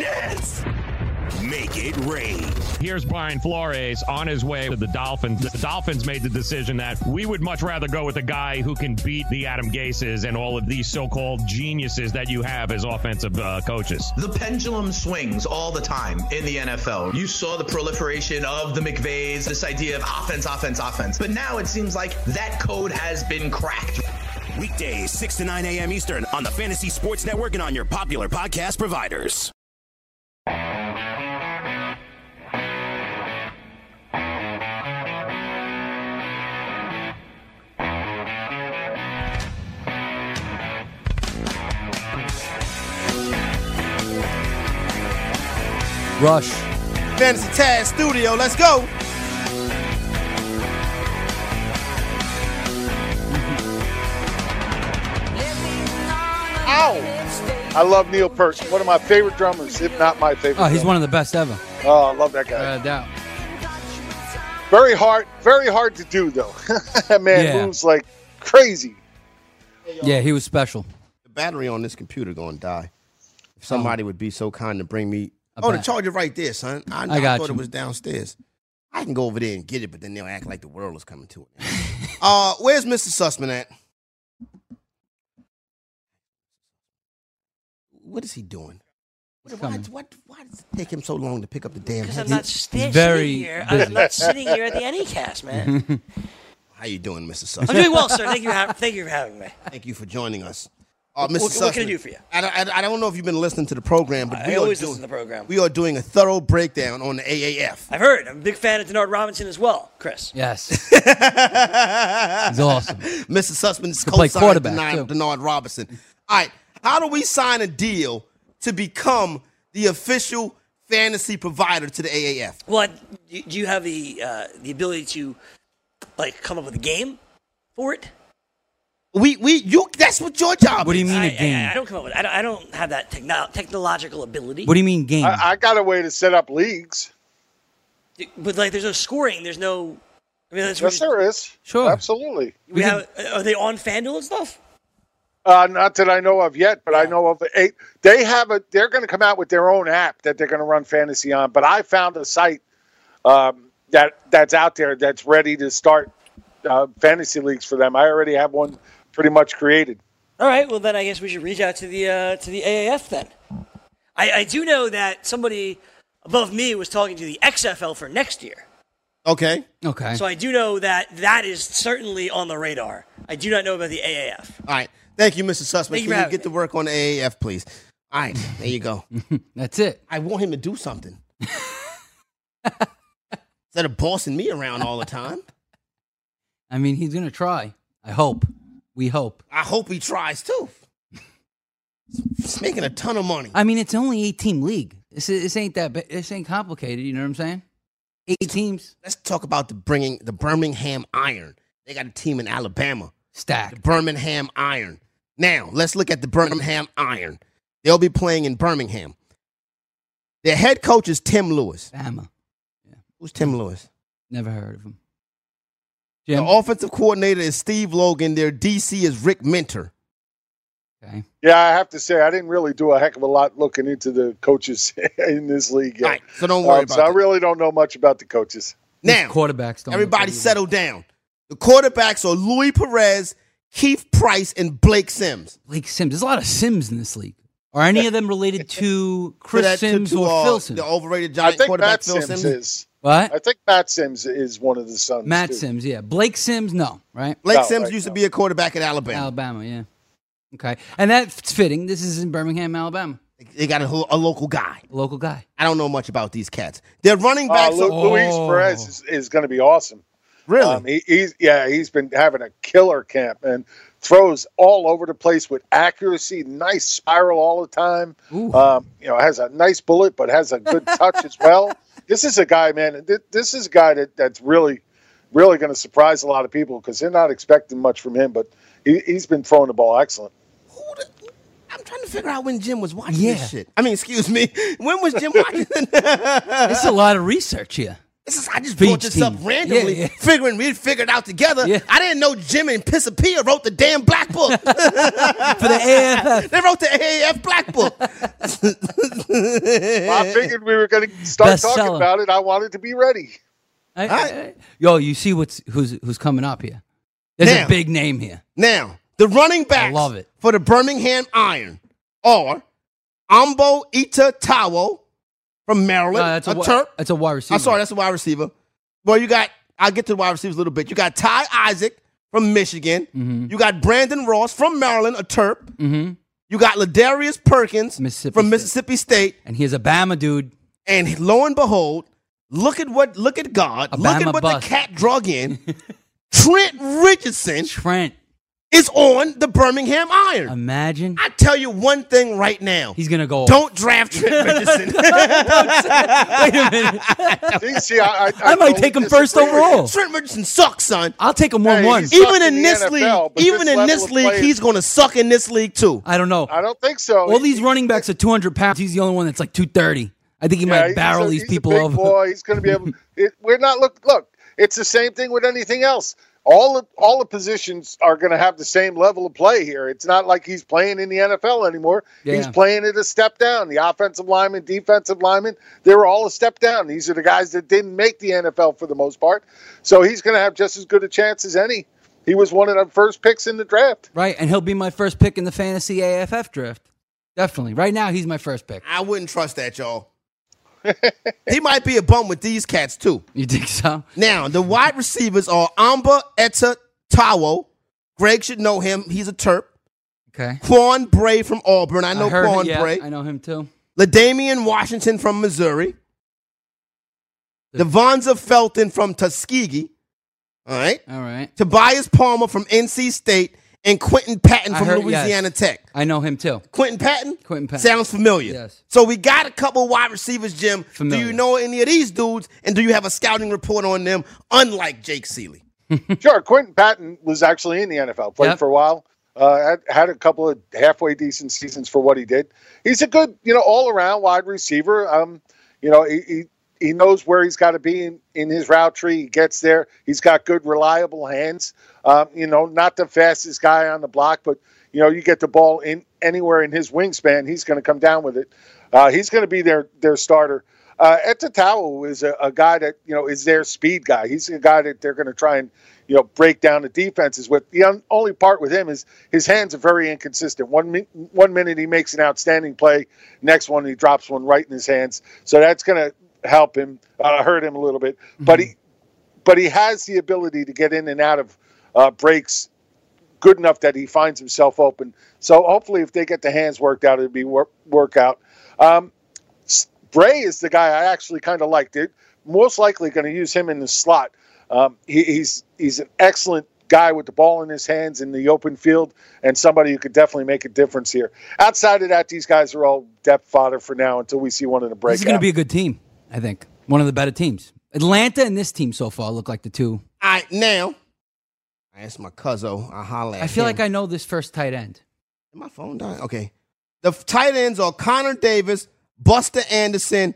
Speaker 2: dance! Make it rain.
Speaker 7: Here's Brian Flores on his way to the Dolphins. The Dolphins made the decision that we would much rather go with a guy who can beat the Adam Gases and all of these so-called geniuses that you have as offensive uh, coaches.
Speaker 8: The pendulum swings all the time in the NFL. You saw the proliferation of the McVays, this idea of offense, offense, offense. But now it seems like that code has been cracked.
Speaker 2: Weekdays, 6 to 9 a.m. Eastern on the Fantasy Sports Network and on your popular podcast providers.
Speaker 5: Rush.
Speaker 9: Fantasy Taz Studio. Let's go.
Speaker 6: Ow! I love Neil Peart, one of my favorite drummers, if not my favorite.
Speaker 5: Oh, he's
Speaker 6: drummer.
Speaker 5: one of the best ever.
Speaker 6: Oh, I love that guy.
Speaker 5: Without a doubt.
Speaker 6: Very hard, very hard to do though. That Man
Speaker 5: Yeah.
Speaker 6: moves like crazy.
Speaker 5: Yeah, he was special.
Speaker 3: The battery on this computer going to die. If somebody would be so kind to bring me.
Speaker 5: I
Speaker 3: oh, the
Speaker 5: bet.
Speaker 3: charger right there, son. I,
Speaker 5: I got
Speaker 3: thought
Speaker 5: you.
Speaker 3: it was downstairs. I can go over there and get it, but then they'll act like the world is coming to it. uh, where's Mr. Sussman at? What is he doing? What, why,
Speaker 5: coming.
Speaker 3: why, why does it take him so long to pick up the damn?
Speaker 4: Because I'm
Speaker 3: headset?
Speaker 4: not sti-
Speaker 5: very
Speaker 4: sitting here. I'm
Speaker 5: busy.
Speaker 4: not sitting here at the Anycast, man.
Speaker 3: How you doing, Mr. Sussman?
Speaker 4: I'm doing well, sir. Thank you. ha- Thank you for having me.
Speaker 3: Thank you for joining us. Uh,
Speaker 4: What-
Speaker 3: Mr.
Speaker 4: what can I
Speaker 3: Sussman,
Speaker 4: do for you?
Speaker 3: I don't, I- I don't know if you've been listening to the program, but
Speaker 4: I
Speaker 3: we are
Speaker 4: always
Speaker 3: doing,
Speaker 4: listen to the program.
Speaker 3: We are doing a thorough breakdown on the AAF.
Speaker 4: I've heard. I'm a big fan of Denard Robinson as well, Chris.
Speaker 5: Yes. he's awesome.
Speaker 3: Mr. Sussman is
Speaker 5: Could play
Speaker 3: co-signed
Speaker 5: quarterback,
Speaker 3: Denard,
Speaker 5: too.
Speaker 3: Denard Robinson. All right, how do we sign a deal to become the official fantasy provider to the AAF?
Speaker 4: What do do you have the uh, the ability to like come up with a game for it?
Speaker 3: We we you that's what your job
Speaker 5: What do you
Speaker 3: is.
Speaker 5: mean
Speaker 4: I,
Speaker 5: a
Speaker 4: I-
Speaker 5: game?
Speaker 4: I, don't come up with. I don't, I don't have that techno- technological ability.
Speaker 5: what do you mean game?
Speaker 6: I, I got a way to set up leagues.
Speaker 4: But like, there's no scoring. There's no. I mean, that's
Speaker 6: Yes, there is.
Speaker 5: Sure.
Speaker 6: absolutely.
Speaker 4: we have. Are they on FanDuel and stuff?
Speaker 6: Uh, not that I know of yet, but I know of eight. They have a. They're going to come out with their own app that they're going to run fantasy on. But I found a site um, that that's out there that's ready to start uh, fantasy leagues for them. I already have one pretty much created.
Speaker 4: All right. Well, then I guess we should reach out to the uh, to the AAF then. I, I do know that somebody above me was talking to the XFL for next year,
Speaker 3: Okay.
Speaker 5: okay.
Speaker 4: so I do know that that is certainly on the radar. I do not know about the AAF.
Speaker 3: All right. Thank you, Mr. Sussman.
Speaker 4: Thank you for
Speaker 3: Can you
Speaker 4: having
Speaker 3: get
Speaker 4: me.
Speaker 3: to work on the AAF, please? All right, there you go.
Speaker 5: That's it.
Speaker 3: I want him to do something. Instead of bossing me around all the time.
Speaker 5: I mean, he's gonna try. I hope. We hope.
Speaker 3: I hope he tries too. He's making a ton of money.
Speaker 5: I mean, it's only eight team league. This, is- this ain't that. Ba- this ain't complicated. You know what I'm saying? Eight teams
Speaker 3: Let's talk about the bringing the Birmingham Iron. They got a team in Alabama. The
Speaker 5: stacked.
Speaker 3: Birmingham Iron. Now, let's look at the Birmingham Iron. They'll be playing in Birmingham. Their head coach is Tim Lewis.
Speaker 5: Bama.
Speaker 3: Who's Tim Lewis?
Speaker 5: Never heard of him.
Speaker 3: The
Speaker 5: Jim.
Speaker 3: offensive coordinator is Steve Logan. Their DC is Rick Minter.
Speaker 5: Okay.
Speaker 6: Yeah, I have to say I didn't really do a heck of a lot looking into the coaches in this league
Speaker 3: All
Speaker 6: yet.
Speaker 3: right, so don't worry
Speaker 6: Um,
Speaker 3: about
Speaker 6: so I
Speaker 3: that.
Speaker 6: really don't know much about the coaches.
Speaker 5: These
Speaker 3: Now,
Speaker 5: quarterbacks don't. look
Speaker 3: Everybody
Speaker 5: good either.
Speaker 3: settle down. The quarterbacks are Louis Perez, Keith Price, and Blake Sims.
Speaker 5: Blake Sims. There's a lot of Sims in this league. Are any of them related to
Speaker 3: For
Speaker 5: Chris
Speaker 3: that- to-
Speaker 5: Sims
Speaker 3: to,
Speaker 5: or
Speaker 3: uh,
Speaker 5: Phil Sims?
Speaker 3: The overrated
Speaker 6: I
Speaker 3: giant
Speaker 6: think
Speaker 3: quarterback
Speaker 6: Matt
Speaker 3: Phil
Speaker 6: Sims,
Speaker 3: Sims.
Speaker 6: is. I
Speaker 5: what?
Speaker 6: think Matt Sims is one of the sons.
Speaker 5: Matt
Speaker 6: too.
Speaker 5: Sims. Yeah. Blake Sims. No. Right.
Speaker 3: Blake
Speaker 6: No,
Speaker 3: Sims
Speaker 6: right,
Speaker 3: used to
Speaker 6: no.
Speaker 3: be a quarterback at Alabama.
Speaker 5: Alabama. Yeah. Okay. And that's fitting. This is in Birmingham, Alabama.
Speaker 3: They got a, ho- a local guy.
Speaker 5: A local guy.
Speaker 3: I don't know much about these cats. They're running
Speaker 6: Uh,
Speaker 3: backs.
Speaker 6: Lu-
Speaker 3: are-
Speaker 6: Luis Perez is, is going to be awesome.
Speaker 3: really?
Speaker 6: Um, he, he's yeah, he's been having a killer camp and throws all over the place with accuracy, nice spiral all the time.
Speaker 5: Ooh.
Speaker 6: Um, you know, has a nice bullet, but has a good touch as well. This is a guy, man. Th- this is a guy that, that's really, really going to surprise a lot of people because they're not expecting much from him. But he, he's been throwing the ball excellent.
Speaker 3: Who the- I'm trying to figure out when Jim was watching
Speaker 5: Yeah.
Speaker 3: this shit. I mean, excuse me. When was Jim watching
Speaker 5: It's a lot of research here.
Speaker 3: This is, I just
Speaker 5: Beach
Speaker 3: brought this up
Speaker 5: team.
Speaker 3: randomly,
Speaker 5: Yeah, yeah.
Speaker 3: figuring we'd figured out together.
Speaker 5: Yeah.
Speaker 3: I didn't know Jim and Pissapia wrote the damn black book.
Speaker 5: For the AFF.
Speaker 3: they wrote the AAF black book.
Speaker 6: Well, I figured we were going to start
Speaker 5: Best
Speaker 6: talking
Speaker 5: seller.
Speaker 6: about it. I wanted to be ready.
Speaker 5: I-
Speaker 3: right.
Speaker 5: I- yo, you see what's who's who's coming up here? There's
Speaker 3: Damn.
Speaker 5: a big name here.
Speaker 3: Now, the running backs
Speaker 5: love it.
Speaker 3: for the Birmingham Iron are Ambo Ita Tawo from Maryland,
Speaker 5: No, that's a,
Speaker 3: a,
Speaker 5: wi-
Speaker 3: Turk.
Speaker 5: That's a wide receiver.
Speaker 3: I'm sorry, that's a wide receiver. Well, you got, I'll get to the wide receivers a little bit. You got Ty Isaac from Michigan. You got Brandon Ross from Maryland, a Terp.
Speaker 5: Mm-hmm.
Speaker 3: You got Ladarius Perkins
Speaker 5: Mississippi
Speaker 3: from
Speaker 5: State.
Speaker 3: Mississippi State.
Speaker 5: And he's a Bama dude.
Speaker 3: And lo and behold, look at what look at God,
Speaker 5: A
Speaker 3: look at
Speaker 5: Bama
Speaker 3: what
Speaker 5: bust.
Speaker 3: the cat drug in. Trent Richardson
Speaker 5: Trent.
Speaker 3: is on the Birmingham Iron.
Speaker 5: Imagine.
Speaker 3: I tell you one thing right now.
Speaker 5: Um, He's gonna go.
Speaker 3: Don't draft Trent Richardson.
Speaker 5: Wait a minute.
Speaker 6: I,
Speaker 5: might take him first overall.
Speaker 3: Trent Richardson sucks, son.
Speaker 5: I'll take him one one.
Speaker 3: Even in this league, even in this league, he's going to suck in this league too.
Speaker 5: I don't know.
Speaker 6: I don't think so.
Speaker 5: All these running backs are 200 pounds. He's the only one that's like 230. I think he
Speaker 6: Yeah,
Speaker 5: might
Speaker 6: he's
Speaker 5: barrel
Speaker 6: a-
Speaker 5: these
Speaker 6: he's a
Speaker 5: people
Speaker 6: big
Speaker 5: over.
Speaker 6: Boy, he's going to be able. It, we're not look. Look, it's the same thing with anything else. All of, all the positions are going to have the same level of play here. It's not like he's playing in the NFL anymore. He's
Speaker 5: Yeah.
Speaker 6: playing it a step down. The offensive lineman, defensive lineman, they were all a step down. These are the guys that didn't make the NFL for the most part. So he's going to have just as good a chance as any. He was one of the first picks in the draft.
Speaker 5: Right, and he'll be my first pick in the fantasy AFF draft. Definitely. Right now, he's my first pick.
Speaker 3: I wouldn't trust that, y'all. he might be a bum with these cats too.
Speaker 5: You think so?
Speaker 3: Now the wide receivers are Amba Etta Tawo. Greg should know him. He's a Terp.
Speaker 5: Okay.
Speaker 3: Quan Bray from Auburn. I know
Speaker 5: heard-
Speaker 3: Quan
Speaker 5: yeah,
Speaker 3: Bray.
Speaker 5: I know him too.
Speaker 3: LaDamian Washington from Missouri. Devonza Felton from Tuskegee. All right.
Speaker 5: All right.
Speaker 3: Tobias Palmer from NC State and Quentin Patton
Speaker 5: I
Speaker 3: from
Speaker 5: heard- yes.
Speaker 3: Louisiana Tech.
Speaker 5: I know him too.
Speaker 3: Quentin Patton?
Speaker 5: Quentin Patton.
Speaker 3: Sounds familiar.
Speaker 5: Yes.
Speaker 3: So we got a couple wide receivers, Jim. Do
Speaker 5: Familiar.
Speaker 3: you know any of these dudes? And do you have a scouting report on them, unlike Jake Seeley?
Speaker 6: Sure, Quentin Patton was actually in the NFL, played
Speaker 5: Yep.
Speaker 6: for a while, uh, had, had a couple of halfway decent seasons for what he did. He's a good, you know, all around wide receiver. Um, you know, he, he he knows where he's got to be in, in his route tree. He gets there. He's got good, reliable hands. Um, you know, not the fastest guy on the block, but you know, you get the ball in anywhere in his wingspan, he's going to come down with it. Uh, he's going to be their their starter. Uh, Etatawu is a, a guy that you know is their speed guy. He's a guy that they're going to try and you know break down the defenses with. The un- only part with him is his hands are very inconsistent. One min- one minute he makes an outstanding play, next one he drops one right in his hands. So that's going to help him uh, hurt him a little bit. But he but he has the ability to get in and out of uh, breaks good enough that he finds himself open. So hopefully, if they get the hands worked out, it'll be work, work out. Um, S- Bray is the guy I actually kind of liked. It most likely going to use him in the slot. Um, he, he's he's an excellent guy with the ball in his hands in the open field, and somebody who could definitely make a difference here. Outside of that, these guys are all depth fodder for now until we see one in the breakout.
Speaker 5: This is going to be a good team, I think. One of the better teams. Atlanta and this team so far look like the two.
Speaker 3: All right, now. I asked my cuzzo. I holla at
Speaker 5: I feel
Speaker 3: him.
Speaker 5: like I know this first tight end.
Speaker 3: Did my phone die? Okay. The f- tight ends are Connor Davis, Buster Anderson,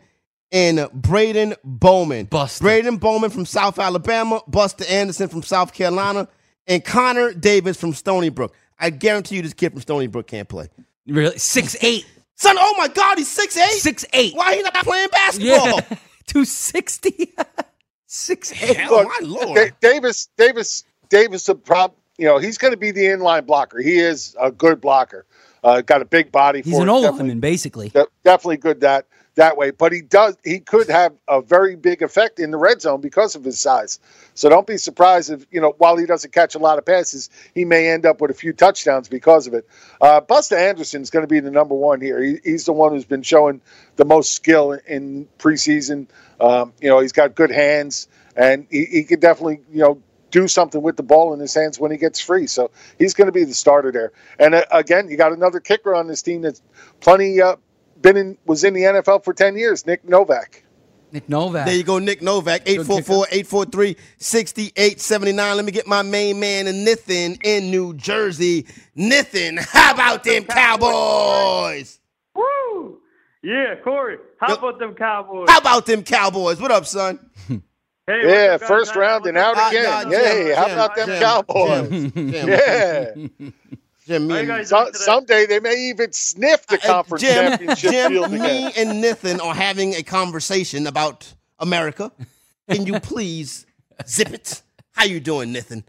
Speaker 3: and Braden Bowman.
Speaker 5: Buster.
Speaker 3: Braden Bowman from South Alabama, Buster Anderson from South Carolina, and Connor Davis from Stony Brook. I guarantee you this kid from Stony Brook can't play.
Speaker 5: Really? Six eight.
Speaker 3: Son, oh my God, he's 6'8?
Speaker 5: Six eight.
Speaker 3: Why he not playing basketball?
Speaker 5: Yeah. 260. Six eight.
Speaker 3: Hell, my Lord.
Speaker 6: Da- Davis, Davis, Davis, a prob- you know, he's going to be the inline blocker. He is a good blocker. Uh, got a big body.
Speaker 5: He's
Speaker 6: for
Speaker 5: an
Speaker 6: it.
Speaker 5: old
Speaker 6: Definitely-
Speaker 5: lineman, basically.
Speaker 6: de- definitely good that that way. But he does he could have a very big effect in the red zone because of his size. So don't be surprised if you know while he doesn't catch a lot of passes, he may end up with a few touchdowns because of it. Uh, Busta Anderson is going to be the number one here. He, he's the one who's been showing the most skill in, in preseason. Um, you know he's got good hands and he, he could definitely you know. Do something with the ball in his hands when he gets free. So he's going to be the starter there. And uh, again, you got another kicker on this team that's plenty uh, been in was in the NFL for ten years. Nick Novak.
Speaker 5: Nick Novak.
Speaker 3: There you go, Nick Novak, 844-843-6879. Let me get my main man, Nithin, in New Jersey. Nithin, how about them Cowboys?
Speaker 10: Woo! Yeah, Corey. How about them Cowboys?
Speaker 3: How about them Cowboys? What up, son?
Speaker 10: Hey, what's
Speaker 6: Yeah,
Speaker 10: up, guys?
Speaker 6: first round and out
Speaker 3: Ah,
Speaker 6: again.
Speaker 3: nah,
Speaker 6: Yay!
Speaker 3: Jim,
Speaker 6: how
Speaker 3: Jim,
Speaker 6: about them
Speaker 3: Jim,
Speaker 6: Cowboys?
Speaker 3: Jim, Jim,
Speaker 6: Yeah.
Speaker 3: Jim, me
Speaker 10: How you
Speaker 3: and-
Speaker 10: guys
Speaker 6: So,
Speaker 10: doing today?
Speaker 6: someday they may even sniff the conference
Speaker 3: Jim,
Speaker 6: championship
Speaker 3: Jim
Speaker 6: field again.
Speaker 3: me and Nithin are having a conversation about America. Can you please zip it? How you doing, Nithin?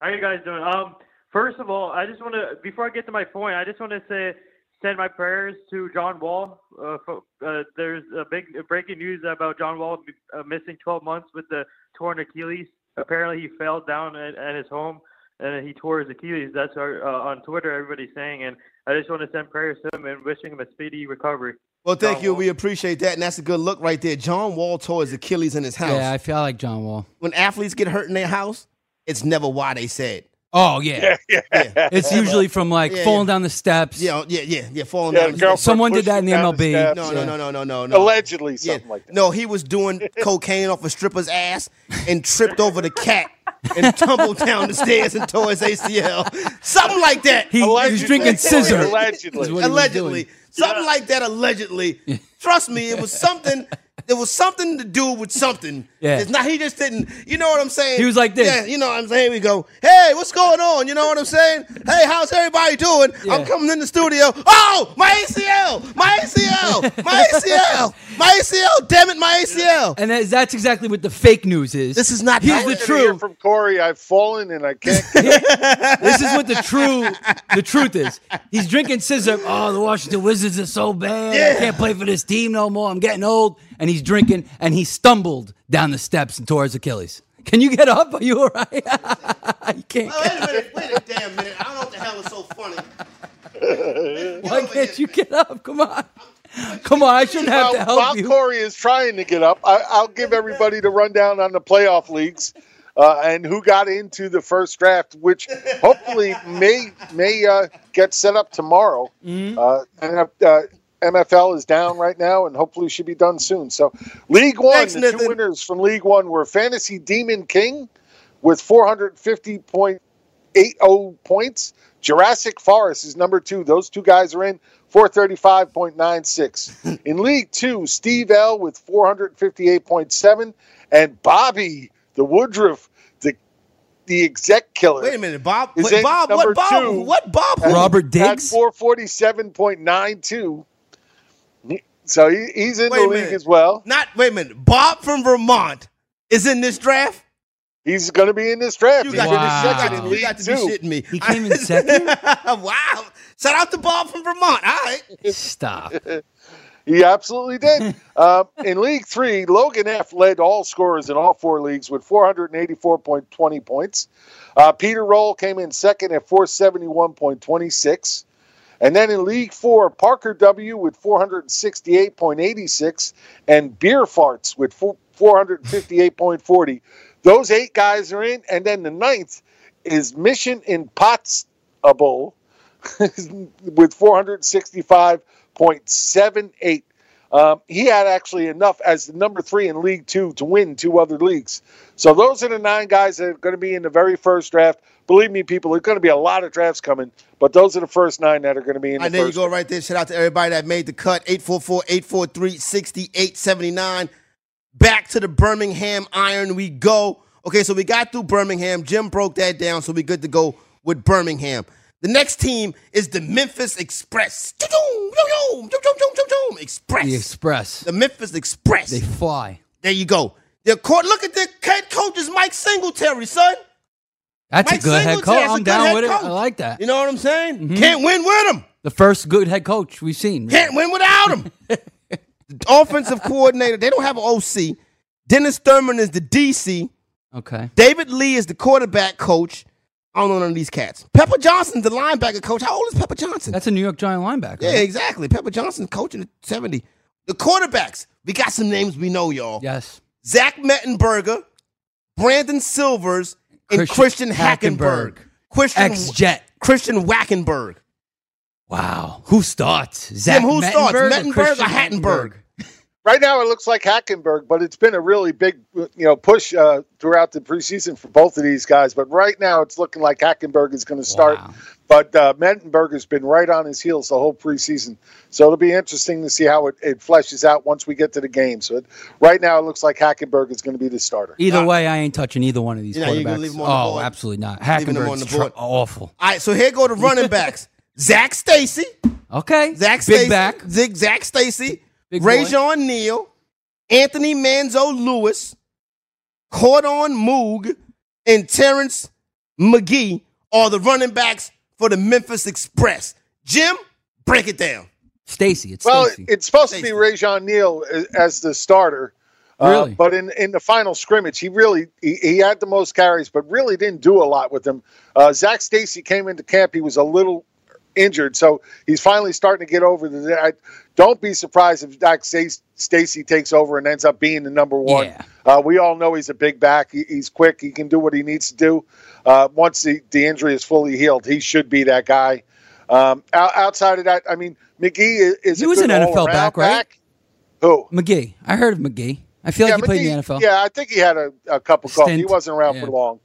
Speaker 10: How you guys doing? Um, first of all, I just want to before I get to my point, I just want to say send my prayers to John Wall. Uh, fo- uh, there's a big breaking news about John Wall be- uh, missing 12 months with the torn Achilles. Apparently, he fell down at, at his home and he tore his Achilles. That's our, uh, on Twitter. Everybody's saying, and I just want to send prayers to him and wishing him a speedy recovery.
Speaker 3: Well, thank
Speaker 10: John
Speaker 3: you.
Speaker 10: Wall.
Speaker 3: We appreciate that, and that's a good look right there. John Wall tore his Achilles in his house.
Speaker 5: Yeah, I feel like John Wall.
Speaker 3: when athletes get hurt in their house, it's never why they said.
Speaker 5: Oh yeah.
Speaker 6: Yeah,
Speaker 5: It's usually from like
Speaker 3: Yeah,
Speaker 5: falling down the steps.
Speaker 3: Yeah, yeah, yeah, yeah. Falling
Speaker 5: Yeah,
Speaker 3: down.
Speaker 5: the
Speaker 3: the
Speaker 5: girlfriend
Speaker 3: steps.
Speaker 5: Someone did that in the pushed you
Speaker 3: No,
Speaker 5: down the MLB. steps,
Speaker 3: no,
Speaker 5: yeah.
Speaker 3: no, no, no, no, no.
Speaker 6: Allegedly, something
Speaker 3: like that. No, he was doing cocaine off a stripper's ass and tripped over the cat and tumbled down the stairs and tore his ACL. Something like that.
Speaker 5: He- he was Allegedly. drinking scissor.
Speaker 6: Allegedly.
Speaker 5: Is what he was
Speaker 3: allegedly.
Speaker 5: doing.
Speaker 3: Something like that. Allegedly. Trust me, it was something. There was something to do with something.
Speaker 5: Yeah.
Speaker 3: It's not. He just didn't. You know what I'm saying?
Speaker 5: He was like this.
Speaker 3: Yeah. You know what I'm saying? We go. Hey, what's going on? You know what I'm saying? Hey, how's everybody doing?
Speaker 5: Yeah.
Speaker 3: I'm coming in the studio. Oh, my ACL! My ACL! My ACL! My ACL! Damn it, my ACL!
Speaker 5: And that's, that's exactly what the fake news is. This
Speaker 3: is not
Speaker 5: Here's
Speaker 6: I
Speaker 5: the
Speaker 6: wanted to hear
Speaker 5: truth.
Speaker 6: from Corey. I've fallen and I can't.
Speaker 5: this is what the true the truth is. He's drinking scissor. Oh, the Washington Wizards are so bad. I can't play for this team no more. I'm getting old. And he's drinking, and he stumbled down the steps and tore his Achilles. Can you get up? Are you all right? I can't.
Speaker 3: Oh, Wait a minute! Wait a damn minute! I don't know what the hell is so funny.
Speaker 5: Why can't you get up? Come on. Come on. I shouldn't have
Speaker 6: while,
Speaker 5: to help
Speaker 6: while
Speaker 5: you.
Speaker 6: Corey is trying to get up, I, I'll give everybody the rundown on the playoff leagues uh, and who got into the first draft, which hopefully may may uh, get set up tomorrow.
Speaker 5: Mm-hmm.
Speaker 6: Uh, and, uh, MFL is down right now, and hopefully should be done soon. So, League One,
Speaker 3: Thanks,
Speaker 6: the two
Speaker 3: Nathan.
Speaker 6: winners from League One were Fantasy Demon King with 450.80 points. Jurassic Forest is number two. Those two guys are in 435.96. in League Two, Steve L with 458.7 and Bobby the Woodruff, the the exec killer.
Speaker 3: Wait a minute, Bob.
Speaker 6: Is
Speaker 3: Wait,
Speaker 6: it
Speaker 3: Bob.
Speaker 6: number
Speaker 3: What Bob?
Speaker 6: two?
Speaker 3: What Bob? who?
Speaker 5: Robert
Speaker 6: At
Speaker 5: Diggs?
Speaker 6: 447.92. So he, he's in
Speaker 3: Wait a
Speaker 6: the league
Speaker 3: minute.
Speaker 6: as well.
Speaker 3: Not. Wait a minute. Bob from Vermont is in this draft.
Speaker 6: He's going to be in this draft.
Speaker 3: You
Speaker 6: He's
Speaker 3: got,
Speaker 6: going
Speaker 5: Wow.
Speaker 6: to
Speaker 3: you
Speaker 6: second
Speaker 3: got
Speaker 6: in
Speaker 3: to, you
Speaker 6: League
Speaker 3: got to be
Speaker 6: Two.
Speaker 3: shitting me.
Speaker 5: He came in second?
Speaker 3: wow. Shout out to Bob from Vermont. All right.
Speaker 5: Stop.
Speaker 6: He absolutely did. um, in League Three, Logan F led all scorers in all four leagues with 484.20 points. Uh, Peter Roll came in second at 471.26. And then in League Four, Parker W with 468.86 and Beer Farts with four- 458.40. Those eight guys are in. And then the ninth is Mission Impossible with 465.78. Um, he had actually enough as the number three in League Two to win two other leagues. So those are the nine guys that are going to be in the very first draft. Believe me, people, there's going to be a lot of drafts coming, but those are the first nine that are going to be in the
Speaker 3: And there you
Speaker 6: first.
Speaker 3: go, right there. Shout out to everybody that made the cut. 844-843-6879. Back to the Birmingham Iron we go. Okay, so we got through Birmingham. Jim broke that down, so we good to go with Birmingham. The next team is the Memphis Express. Choo-choom, choo-choom, choo-choom, choo-choom, choo-choom.
Speaker 5: The
Speaker 3: Express.
Speaker 5: Express.
Speaker 3: The Memphis Express.
Speaker 5: They fly.
Speaker 3: There you go. Their court. Look at their head coach is Mike Singletary, son.
Speaker 5: That's
Speaker 3: Mike
Speaker 5: a good head coach.
Speaker 3: Singletary's a
Speaker 5: I'm
Speaker 3: good
Speaker 5: down
Speaker 3: head
Speaker 5: with it. I
Speaker 3: coach.
Speaker 5: like that. Mm-hmm.
Speaker 3: You know what I'm saying? Can't win with him.
Speaker 5: The first good head coach we've seen.
Speaker 3: Can't win without him. the offensive coordinator. They don't have an OC. Dennis Thurman is the DC.
Speaker 5: Okay.
Speaker 3: David Lee is the quarterback coach. I don't know none of these cats. Pepper Johnson's the linebacker coach. How old is Pepper Johnson?
Speaker 5: That's a New York Giant linebacker.
Speaker 3: yeah,
Speaker 5: right?
Speaker 3: exactly. Pepper Johnson's coaching at 70. The quarterbacks. We got some names we know, y'all.
Speaker 5: Yes.
Speaker 3: Zach Mettenberger, Brandon Silvers, and Christian,
Speaker 5: Christian
Speaker 3: Hackenberg.
Speaker 5: Hackenberg.
Speaker 3: Christian
Speaker 5: Ex-Jet.
Speaker 3: Christian Wackenberg.
Speaker 5: Wow. Who starts? Zach
Speaker 3: Jim, who starts?
Speaker 5: Mettenberg,
Speaker 3: Mettenberg or
Speaker 5: Christian
Speaker 3: Hattenberg?
Speaker 6: Right now, it looks like Hackenberg, but it's been a really big, you know, push uh, throughout the preseason for both of these guys. But right now, it's looking like Hackenberg is going to start.
Speaker 5: Wow.
Speaker 6: But uh, Mettenberg has been right on his heels the whole preseason, so it'll be interesting to see how it, it fleshes out once we get to the game. So it, right now, it looks like Hackenberg is going to be the starter.
Speaker 5: Either way, I ain't touching either one of these
Speaker 3: You know,
Speaker 5: quarterbacks.
Speaker 3: you gonna leave 'em on the
Speaker 5: oh,
Speaker 3: board.
Speaker 5: absolutely not.
Speaker 3: Leaving them on
Speaker 5: Hackenberg's
Speaker 3: the
Speaker 5: tr-
Speaker 3: board.
Speaker 5: awful.
Speaker 3: All right, so here go the running backs. Zach Stacy.
Speaker 5: Okay.
Speaker 3: Zach
Speaker 5: Big
Speaker 3: Stacy.
Speaker 5: back.
Speaker 3: Zig, Zach Stacy.
Speaker 5: Big
Speaker 3: Rajon Neal. Anthony Manzo Lewis. Cordon Moog. And Terrence McGee are the running backs for the Memphis Express. Jim, break it down.
Speaker 5: Stacy. It's
Speaker 6: Well,
Speaker 5: Stacy.
Speaker 6: it's supposed to be
Speaker 3: Stacey.
Speaker 6: Rajon Neal a- as the starter. uh,
Speaker 5: Really?
Speaker 6: but in, in the final scrimmage, he really he, he had the most carries, but really didn't do a lot with them. Uh, Zach Stacy came into camp; he was a little injured. So he's finally starting to get over the. I, don't be surprised if Doc Stacy takes over and ends up being the number one.
Speaker 5: Yeah.
Speaker 6: Uh, we all know he's a big back. He, he's quick. He can do what he needs to do. Uh, once the, the injury is fully healed, he should be that guy. Um, out, outside of that, I mean, McGee is, is
Speaker 5: He
Speaker 6: a
Speaker 5: was
Speaker 6: good
Speaker 5: an NFL
Speaker 6: all-around
Speaker 5: back, right?
Speaker 6: Who?
Speaker 5: McGee. I heard of McGee. I feel like he played in the
Speaker 6: McGee-
Speaker 5: NFL.
Speaker 6: Yeah, I think he had a, a couple calls. He
Speaker 5: Stint.
Speaker 6: wasn't around for
Speaker 5: Yeah.
Speaker 6: long.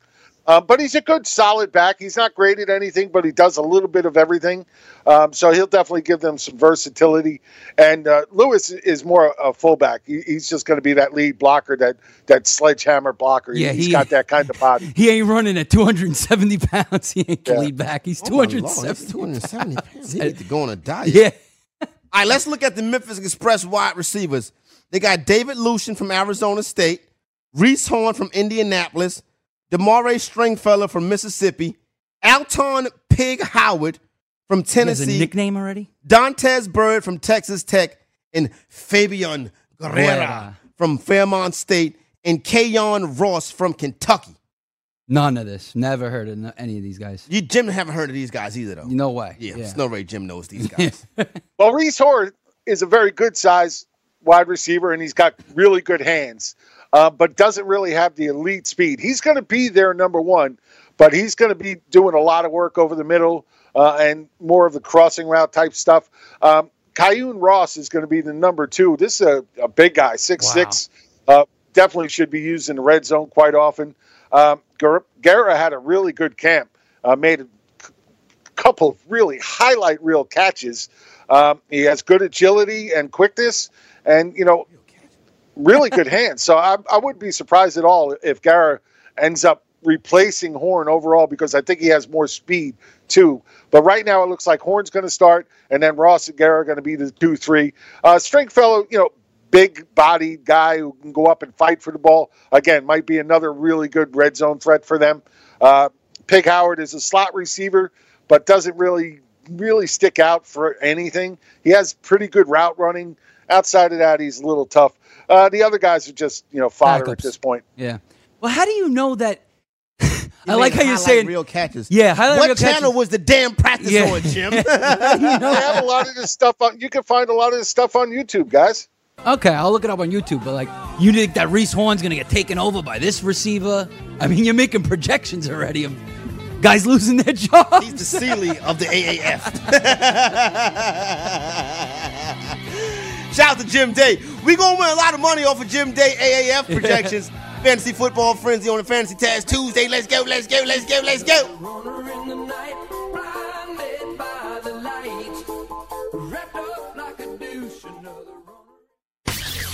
Speaker 6: Um, but he's a good, solid back. He's not great at anything, but he does a little bit of everything. Um, so he'll definitely give them some versatility. And uh, Lewis is more a fullback. He, he's just going to be that lead blocker, that that sledgehammer blocker.
Speaker 5: Yeah,
Speaker 6: he's
Speaker 5: he-
Speaker 6: got that kind of body.
Speaker 5: He ain't running at 270 pounds. He ain't
Speaker 6: Yeah.
Speaker 5: can lead back. He's
Speaker 3: Oh my Lord,
Speaker 5: 270.
Speaker 3: that's 270 pounds. He need to go on a diet.
Speaker 5: Yeah.
Speaker 3: All right, let's look at the Memphis Express wide receivers. They got David Lucian from Arizona State, Reese Horn from Indianapolis, Demare Stringfellow from Mississippi, Alton Pig Howard from
Speaker 5: has a
Speaker 3: Tennessee.
Speaker 5: nickname already?
Speaker 3: Dantes Bird from Texas Tech, and Fabian Guerrera
Speaker 5: Guerrera.
Speaker 3: from Fairmont State, and Kayon Ross from Kentucky.
Speaker 5: None of this. Never heard of no- any of these guys.
Speaker 3: You Jim haven't heard of these guys either, though.
Speaker 5: No way.
Speaker 3: Yeah, Snow Ray Jim knows these guys.
Speaker 6: Well, Reese Horn is a very good sized wide receiver, and he's got really good hands, uh, but doesn't really have the elite speed. He's going to be their number one, but he's going to be doing a lot of work over the middle uh, and more of the crossing route type stuff. Um, Kyun Ross is going to be the number two. This is a, a big guy, six six. Uh, definitely should be used in the red zone quite often. Um, Guer- Guerra had a really good camp. Uh, made a couple of really highlight reel catches. Um, he has good agility and quickness, and you know, really good hands. So I, I wouldn't be surprised at all if Gara ends up replacing Horn overall because I think he has more speed too. But right now it looks like Horn's going to start, and then Ross and Gara are going to be the two three. Uh, Stringfellow, you know, big bodied guy who can go up and fight for the ball again might be another really good red zone threat for them. Uh, Pig Howard is a slot receiver, but doesn't really really stick out for anything. He has pretty good route running. Outside of that, he's a little tough. Uh, the other guys are just you know fodder at
Speaker 5: Backups.
Speaker 6: this point.
Speaker 5: Yeah. Well, how do you know that? I
Speaker 3: You
Speaker 5: like
Speaker 3: mean
Speaker 5: how you're
Speaker 3: highlight
Speaker 5: saying.
Speaker 3: real catches.
Speaker 5: Yeah, highlight
Speaker 3: what
Speaker 5: real catches.
Speaker 3: channel was the damn practice
Speaker 5: Yeah.
Speaker 3: on, Jim?
Speaker 6: They have a lot of this stuff on. You can find a lot of this stuff on YouTube, guys.
Speaker 5: Okay, I'll look it up on YouTube. But like, you think that Reese Horn's gonna get taken over by this receiver? I mean, you're making projections already of guys losing their jobs.
Speaker 3: He's the Sealy of the AAF. Shout out to Jim Day. We gonna win a lot of money off of Jim Day AAF projections. Fantasy football frenzy on the Fantasy Taz Tuesday. Let's go, let's go, let's go, let's go.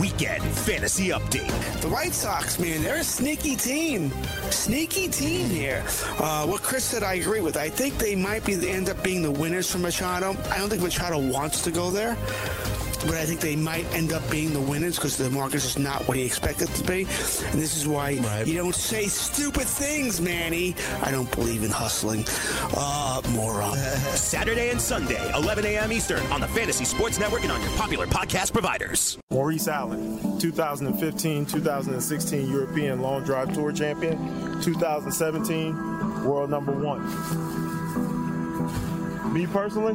Speaker 2: Weekend Fantasy Update.
Speaker 11: The White Sox, man, they're a sneaky team. Sneaky team here. Uh, what Chris said, I agree with. I think they might be end up being the winners for Machado. I don't think Machado wants to go there, but I think they might end up being the winners because the market is not what he expected to be. And this is why you don't say stupid things, Manny. I don't believe in hustling. Uh, moron.
Speaker 2: Saturday and Sunday, 11 a.m. Eastern on the Fantasy Sports Network and on your popular podcast providers.
Speaker 12: Maurice Allen, 2015 2016 European Long Drive Tour Champion, 2017 World Number One. Me personally,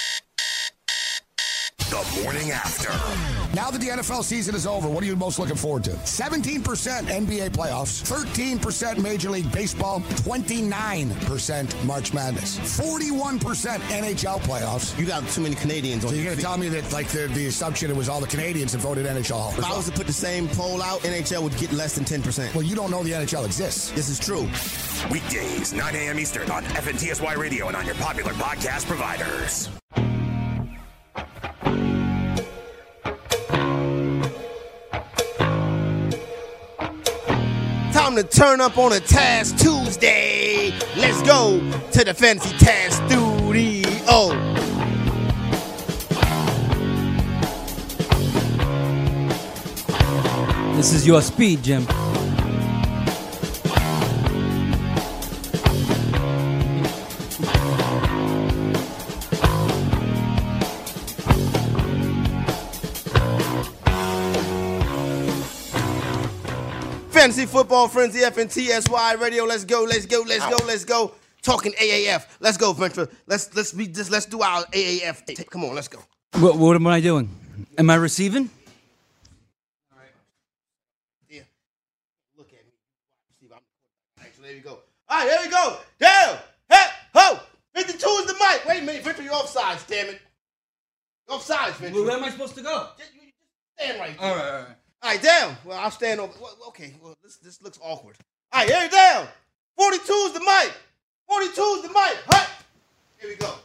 Speaker 1: The morning after. Now that the NFL season is over, what are you most looking forward to? 17% NBA playoffs, 13% Major League Baseball, 29% March Madness, 41% NHL playoffs. You got too many Canadians on So you're going to tell me that, like, the, the assumption it was all the Canadians that voted NHL.
Speaker 3: If I was to put the same poll out, NHL would get less than 10%.
Speaker 1: Well, you don't know the NHL exists.
Speaker 3: This is true.
Speaker 13: Weekdays, 9 a.m. Eastern on FNTSY Radio and on your popular podcast providers.
Speaker 3: Time to turn up on a Task Tuesday. Let's go to the Fancy Task Studio.
Speaker 5: This is your speed, Jim.
Speaker 3: Fantasy Football Frenzy FNTSY Radio. Let's go, let's go, let's go, let's go. Talking AAF. Let's go, Ventra. Let's let's be just let's do our AAF. tape. Come on, let's go.
Speaker 5: What, what am I doing? Am I receiving?
Speaker 3: So there you go. All right, there we go. Down. Hey, ho. 52 is the mic. Wait a minute, Ventra, you're offsides, damn it. You're offsides, Ventra.
Speaker 5: where am I supposed to go?
Speaker 3: Just, you- you just stand right there.
Speaker 5: All right, all right.
Speaker 3: All right, down. Well, I'll stand over. Well, okay, well, this, this looks awkward. All right, here you down. 42 is the mic. 42 is the mic. Hut. Here we go.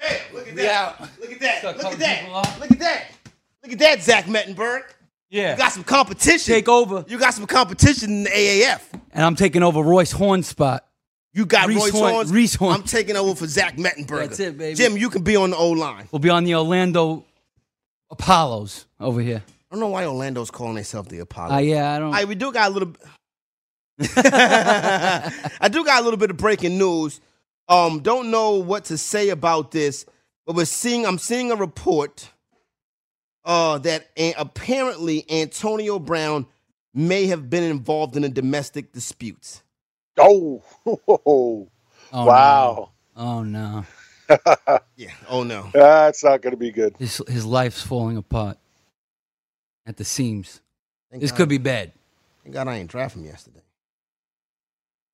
Speaker 3: Damn, look at
Speaker 5: We
Speaker 3: that.
Speaker 5: out.
Speaker 3: Look at that.
Speaker 5: Start
Speaker 3: Look at
Speaker 5: cutting people
Speaker 3: that. Look at that. Look at that, Zach Mettenberg.
Speaker 5: Yeah.
Speaker 3: You got some competition. Take
Speaker 5: over.
Speaker 3: You got some competition in the AAF.
Speaker 5: And I'm taking over Royce Horn's spot.
Speaker 3: You got
Speaker 5: Reese
Speaker 3: Royce
Speaker 5: Horn-
Speaker 3: Horns.
Speaker 5: Reese Horn.
Speaker 3: I'm taking over for Zach Mettenberger.
Speaker 5: That's it, baby.
Speaker 3: Jim, you can be on the O line.
Speaker 5: We'll be on the Orlando Apollos over here.
Speaker 3: I don't know why Orlando's calling themselves the Apollo.
Speaker 5: Uh, yeah, I don't.
Speaker 3: All right, we do got a little. I do got a little bit of breaking news. Um, don't know what to say about this, but we're seeing. I'm seeing a report. Uh, that a- apparently Antonio Brown may have been involved in a domestic dispute.
Speaker 6: Oh,
Speaker 3: Oh,
Speaker 6: wow.
Speaker 5: Oh no,
Speaker 3: Yeah. Oh no.
Speaker 6: That's not going to be good.
Speaker 5: his his life's falling apart at the seams.
Speaker 3: Thank
Speaker 5: this
Speaker 3: God.
Speaker 5: could be bad.
Speaker 3: Thank God I ain't draft him yesterday.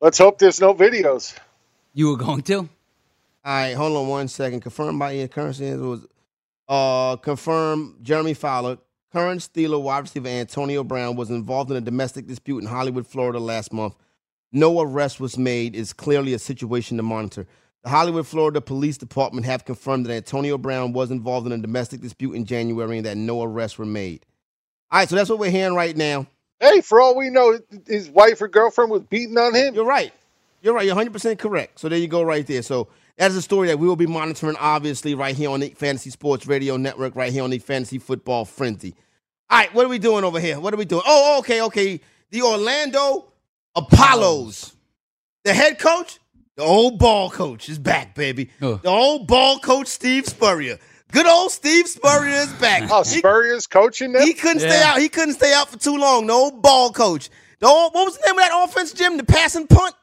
Speaker 6: Let's hope there's no videos.
Speaker 5: You were going to?
Speaker 3: All right, hold on one second. Confirmed by Ian Currency it was uh confirmed Jeremy Fowler, current Steeler wide receiver Antonio Brown was involved in a domestic dispute in Hollywood, Florida last month. No arrest was made. It's clearly a situation to monitor. The Hollywood, Florida Police Department have confirmed that Antonio Brown was involved in a domestic dispute in January and that no arrests were made. All right, so that's what we're hearing right now.
Speaker 6: Hey, for all we know, his wife or girlfriend was beating on him.
Speaker 3: You're right. You're right. You're 100% correct. So there you go, right there. So that is a story that we will be monitoring, obviously, right here on the Fantasy Sports Radio Network, right here on the Fantasy Football Frenzy. All right, what are we doing over here? What are we doing? Oh, okay, okay. The Orlando Apollos. The head coach, the old ball coach is back, baby. The old ball coach, Steve Spurrier. Good old Steve Spurrier is back.
Speaker 6: Oh, Spurrier's coaching them?
Speaker 3: He couldn't stay
Speaker 6: Yeah.
Speaker 3: out. He couldn't stay out for too long. The old ball coach. The old, what was the name of that offense, Jim? The passing punt?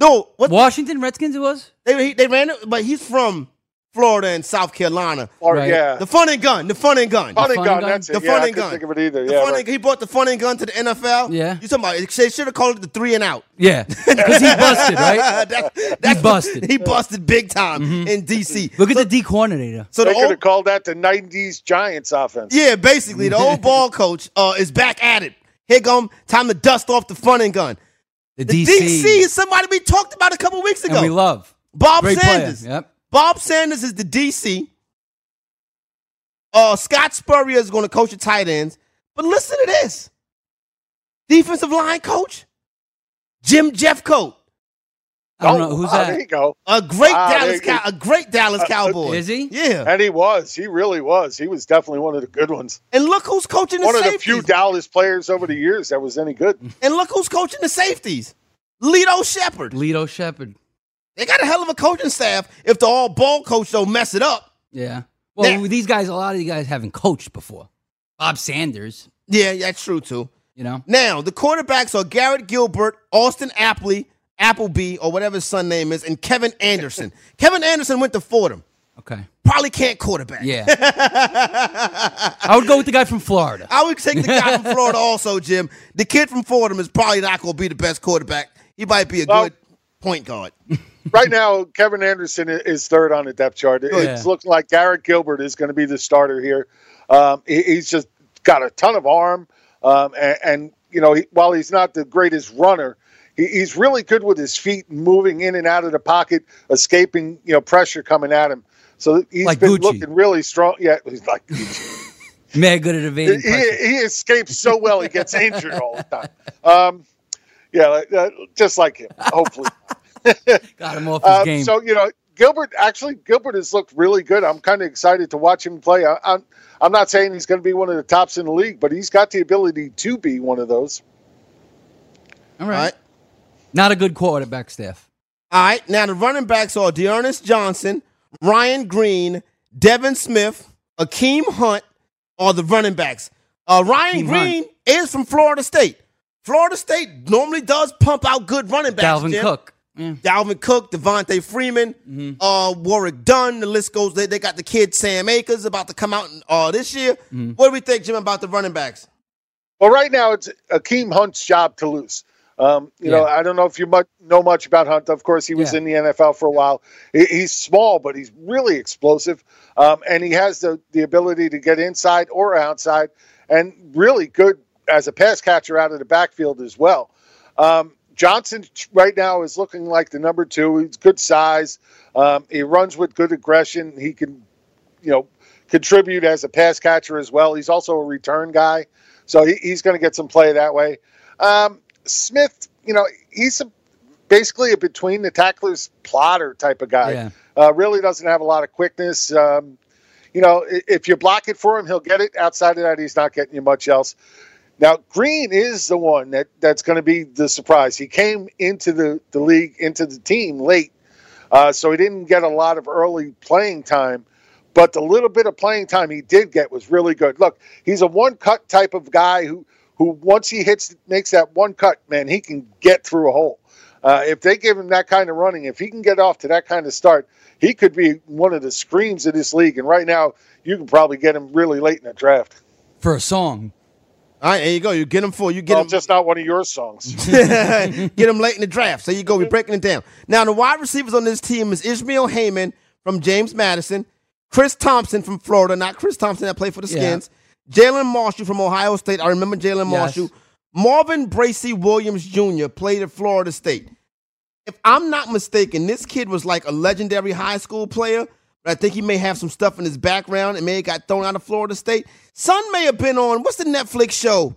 Speaker 3: No, what
Speaker 5: Washington Redskins it was?
Speaker 3: They he- they ran it, but he's from Florida and South Carolina.
Speaker 6: Or- Right. Oh, yeah.
Speaker 3: The fun and gun. The fun and gun.
Speaker 6: Fun and gun, that's it.
Speaker 3: The
Speaker 6: Yeah,
Speaker 3: fun
Speaker 6: I
Speaker 3: and gun.
Speaker 6: couldn't think of it either.
Speaker 3: The
Speaker 6: Yeah,
Speaker 3: fun
Speaker 6: right.
Speaker 3: and- he brought the fun and gun to the NFL.
Speaker 5: Yeah.
Speaker 3: You talking about they should have called it the three and out.
Speaker 5: Yeah, because he busted, right?
Speaker 3: That- that's
Speaker 5: he busted. Mm-hmm.
Speaker 3: He busted big time in DC.
Speaker 5: Look at the D coordinator.
Speaker 3: So
Speaker 6: they
Speaker 3: the
Speaker 6: could have
Speaker 3: old,
Speaker 6: called that the 90s Giants offense.
Speaker 3: yeah, basically the old ball coach uh, is back at it. Here come time to dust off the fun and gun.
Speaker 5: The,
Speaker 3: DC is somebody we talked about a couple weeks ago.
Speaker 5: and we love
Speaker 3: Bob
Speaker 5: Great player.
Speaker 3: Sanders.
Speaker 5: Yep.
Speaker 3: Bob Sanders is the DC. Uh, Scott Spurrier is going to coach the tight ends. But listen to this defensive line coach, Jim Jeffcoat.
Speaker 5: I don't know who's
Speaker 6: Oh, wow, There you
Speaker 5: that.
Speaker 6: go.
Speaker 3: A great
Speaker 6: Wow, Ah, there
Speaker 3: Dallas,
Speaker 6: you go. Uh,
Speaker 3: Cow- a great Dallas Cowboy.
Speaker 5: Is he?
Speaker 3: Yeah,
Speaker 6: And he was. He really was. He was definitely one of the good ones.
Speaker 3: and look who's coaching the
Speaker 6: One of the
Speaker 3: safeties.
Speaker 6: few Dallas players over the years that was any good.
Speaker 3: and look who's coaching the safeties. Lito Shepard.
Speaker 5: Lito Shepard.
Speaker 3: They got a hell of a coaching staff. If the all ball coach don't mess it up,
Speaker 5: Yeah. Well,
Speaker 3: Now-
Speaker 5: these guys, a lot of these guys haven't coached before. Bob Sanders,
Speaker 3: yeah, that's true too.
Speaker 5: you know.
Speaker 3: Now, the quarterbacks are Garrett Gilbert, Austin Apley, Appleby, or whatever his son name is, and Kevin Anderson. Kevin Anderson went to Fordham.
Speaker 5: Okay.
Speaker 3: Probably can't quarterback.
Speaker 5: Yeah. I would go with the guy from Florida.
Speaker 3: I would take the guy from Florida also, Jim. The kid from Fordham is probably not going to be the best quarterback. He might be a
Speaker 6: Well-
Speaker 3: good point guard.
Speaker 6: right now, Kevin Anderson i- is third on the depth chart. It-
Speaker 3: Oh, yeah.
Speaker 6: It's looking like Garrett Gilbert is going to be the starter here. Um, he- he's just got a ton of arm, um, and, and you know, he, while he's not the greatest runner, he, he's really good with his feet, moving in and out of the pocket, escaping you know pressure coming at him. So he's
Speaker 5: Like
Speaker 6: been
Speaker 5: Gucci.
Speaker 6: looking really strong. Yeah, he's like
Speaker 5: Mad good at
Speaker 6: he,
Speaker 5: evading. pressure.
Speaker 6: he he escapes so well he gets injured all the time. Um, yeah, like- uh, just like him. Hopefully,
Speaker 5: got him off his
Speaker 6: Uh,
Speaker 5: game.
Speaker 6: So you know, Gilbert actually Gilbert has looked really good. I'm kind of excited to watch him play. I, I'm I'm not saying he's going to be one of the tops in the league, but he's got the ability to be one of those.
Speaker 5: All right. Not a good quarterback staff.
Speaker 3: All right. Now the running backs are Dearness Johnson, Ryan Green, Devin Smith, Akeem Hunt are the running backs. Uh, Ryan
Speaker 5: Akeem
Speaker 3: Green
Speaker 5: Hunt.
Speaker 3: is from Florida State. Florida State normally does pump out good running backs.
Speaker 5: Dalvin
Speaker 3: Jim.
Speaker 5: Cook. Mm-hmm.
Speaker 3: Dalvin Cook, Devontae Freeman, uh, Warwick Dunn. The list goes. They, they got the kid Sam Akers about to come out uh, this year.
Speaker 5: Mm-hmm.
Speaker 3: What do we think, Jim, about the running backs?
Speaker 6: Well, right now it's Akeem Hunt's job to lose. Um, you know, I don't know if you much, know much about Hunt. Of course, he was in the NFL for a while. He- he's small, but he's really explosive, um, and he has the the ability to get inside or outside, and really good as a pass catcher out of the backfield as well. Um, Johnson right now is looking like the number two. He's good size. Um, he runs with good aggression. He can you know contribute as a pass catcher as well. He's also a return guy, so he, he's going to get some play that way. Um, Smith, you know, he's a, basically a between the tacklers plotter type of guy.
Speaker 5: Yeah.
Speaker 6: Uh, really doesn't have a lot of quickness. Um, you know, i- if you block it for him, he'll get it. Outside of that, he's not getting you much else. Now, Green is the one that, that's going to be the surprise. He came into the, the league, into the team late, uh, so he didn't get a lot of early playing time. But the little bit of playing time he did get was really good. Look, he's a one cut type of guy who who once he hits makes that one cut, man, he can get through a hole. Uh, if they give him that kind of running, if he can get off to that kind of start, he could be one of the screams of this league. And right now, you can probably get him really late in the draft.
Speaker 5: For a song.
Speaker 3: All right, there you go. You get him for you get
Speaker 6: well,
Speaker 3: him.
Speaker 6: just not one of your songs.
Speaker 3: get him late in the draft. So you go. We're breaking it down. Now the wide receivers on this team is Ishmael Heyman from James Madison, Chris Thompson from Florida, not Chris Thompson that played for the
Speaker 11: Yeah.
Speaker 3: Skins, Jalen Marshall from Ohio State. I remember Jalen
Speaker 11: Yes.
Speaker 3: Marshall. Marvin Bracy Williams Jr. played at Florida State. If I'm not mistaken, this kid was like a legendary high school player, but I think he may have some stuff in his background and may have got thrown out of Florida State. Son may have been on what's the Netflix show?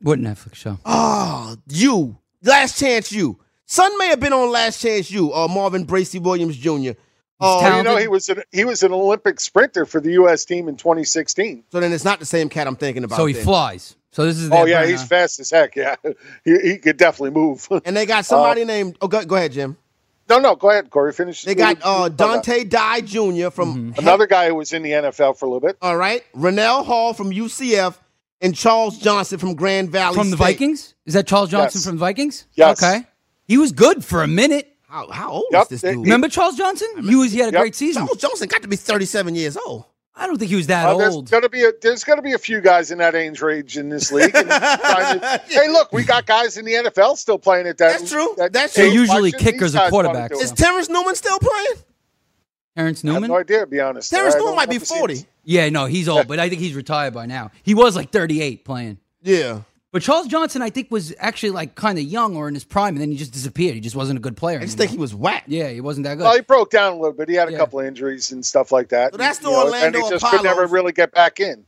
Speaker 5: What Netflix show?
Speaker 3: Oh, you. Last Chance You. Son may have been on Last Chance You, uh, Marvin Bracy Williams Jr.
Speaker 6: Oh, you know he was an, he was an Olympic sprinter for the U.S. team in 2016.
Speaker 3: So then it's not the same cat I'm thinking about.
Speaker 5: So he
Speaker 3: then.
Speaker 5: flies. So this is the
Speaker 6: oh yeah, he's fast as heck. Yeah, he, he could definitely move.
Speaker 3: And they got somebody
Speaker 6: Uh,
Speaker 3: named. Oh, go, go ahead, Jim.
Speaker 6: No, no, go ahead, Corey. Finish.
Speaker 3: They got uh, Dante Dye Jr.
Speaker 5: Mm-hmm.
Speaker 3: from
Speaker 6: Another guy who was in the NFL for a little bit.
Speaker 3: All right, Rennell Hall from UCF and Charles Johnson from Grand Valley
Speaker 5: From the
Speaker 3: State.
Speaker 5: Vikings? Is that Charles Johnson
Speaker 3: Yes.
Speaker 5: from the Vikings?
Speaker 3: Yes.
Speaker 5: Okay. He was good for a minute.
Speaker 3: How, how old
Speaker 5: Yep,
Speaker 3: is this
Speaker 5: they-
Speaker 3: dude?
Speaker 5: Remember Charles Johnson? He was he had a great season.
Speaker 3: Charles Johnson got to be 37 years old.
Speaker 5: I don't think he was that
Speaker 6: Uh, there's
Speaker 5: old.
Speaker 6: gonna be a there's gonna be a few guys in that age range in this league. And trying to- hey, look, we got guys in the NFL still playing at that. That's true. That's
Speaker 5: They're usually kickers or quarterbacks,
Speaker 3: Is Terrence Newman still playing?
Speaker 5: Terrence
Speaker 6: I have
Speaker 5: Newman?
Speaker 6: no idea, to be honest.
Speaker 3: Terrence
Speaker 6: I don't
Speaker 3: Newman might
Speaker 6: know
Speaker 3: be
Speaker 6: if he's-
Speaker 3: 40.
Speaker 5: Yeah, no, he's old, but I think he's retired by now. He was like 38 playing.
Speaker 3: Yeah.
Speaker 5: But Charles Johnson, I think, was actually like kind of young or in his prime, and then he just disappeared. He just wasn't a good player. I just
Speaker 3: think he was whack.
Speaker 5: Yeah, he wasn't that good.
Speaker 3: Oh,
Speaker 6: Well, he broke down a little bit. He had a couple of injuries and stuff like that.
Speaker 3: So that's the
Speaker 6: and he
Speaker 3: Orlando
Speaker 6: just could never
Speaker 3: Apollos.
Speaker 6: really get back in.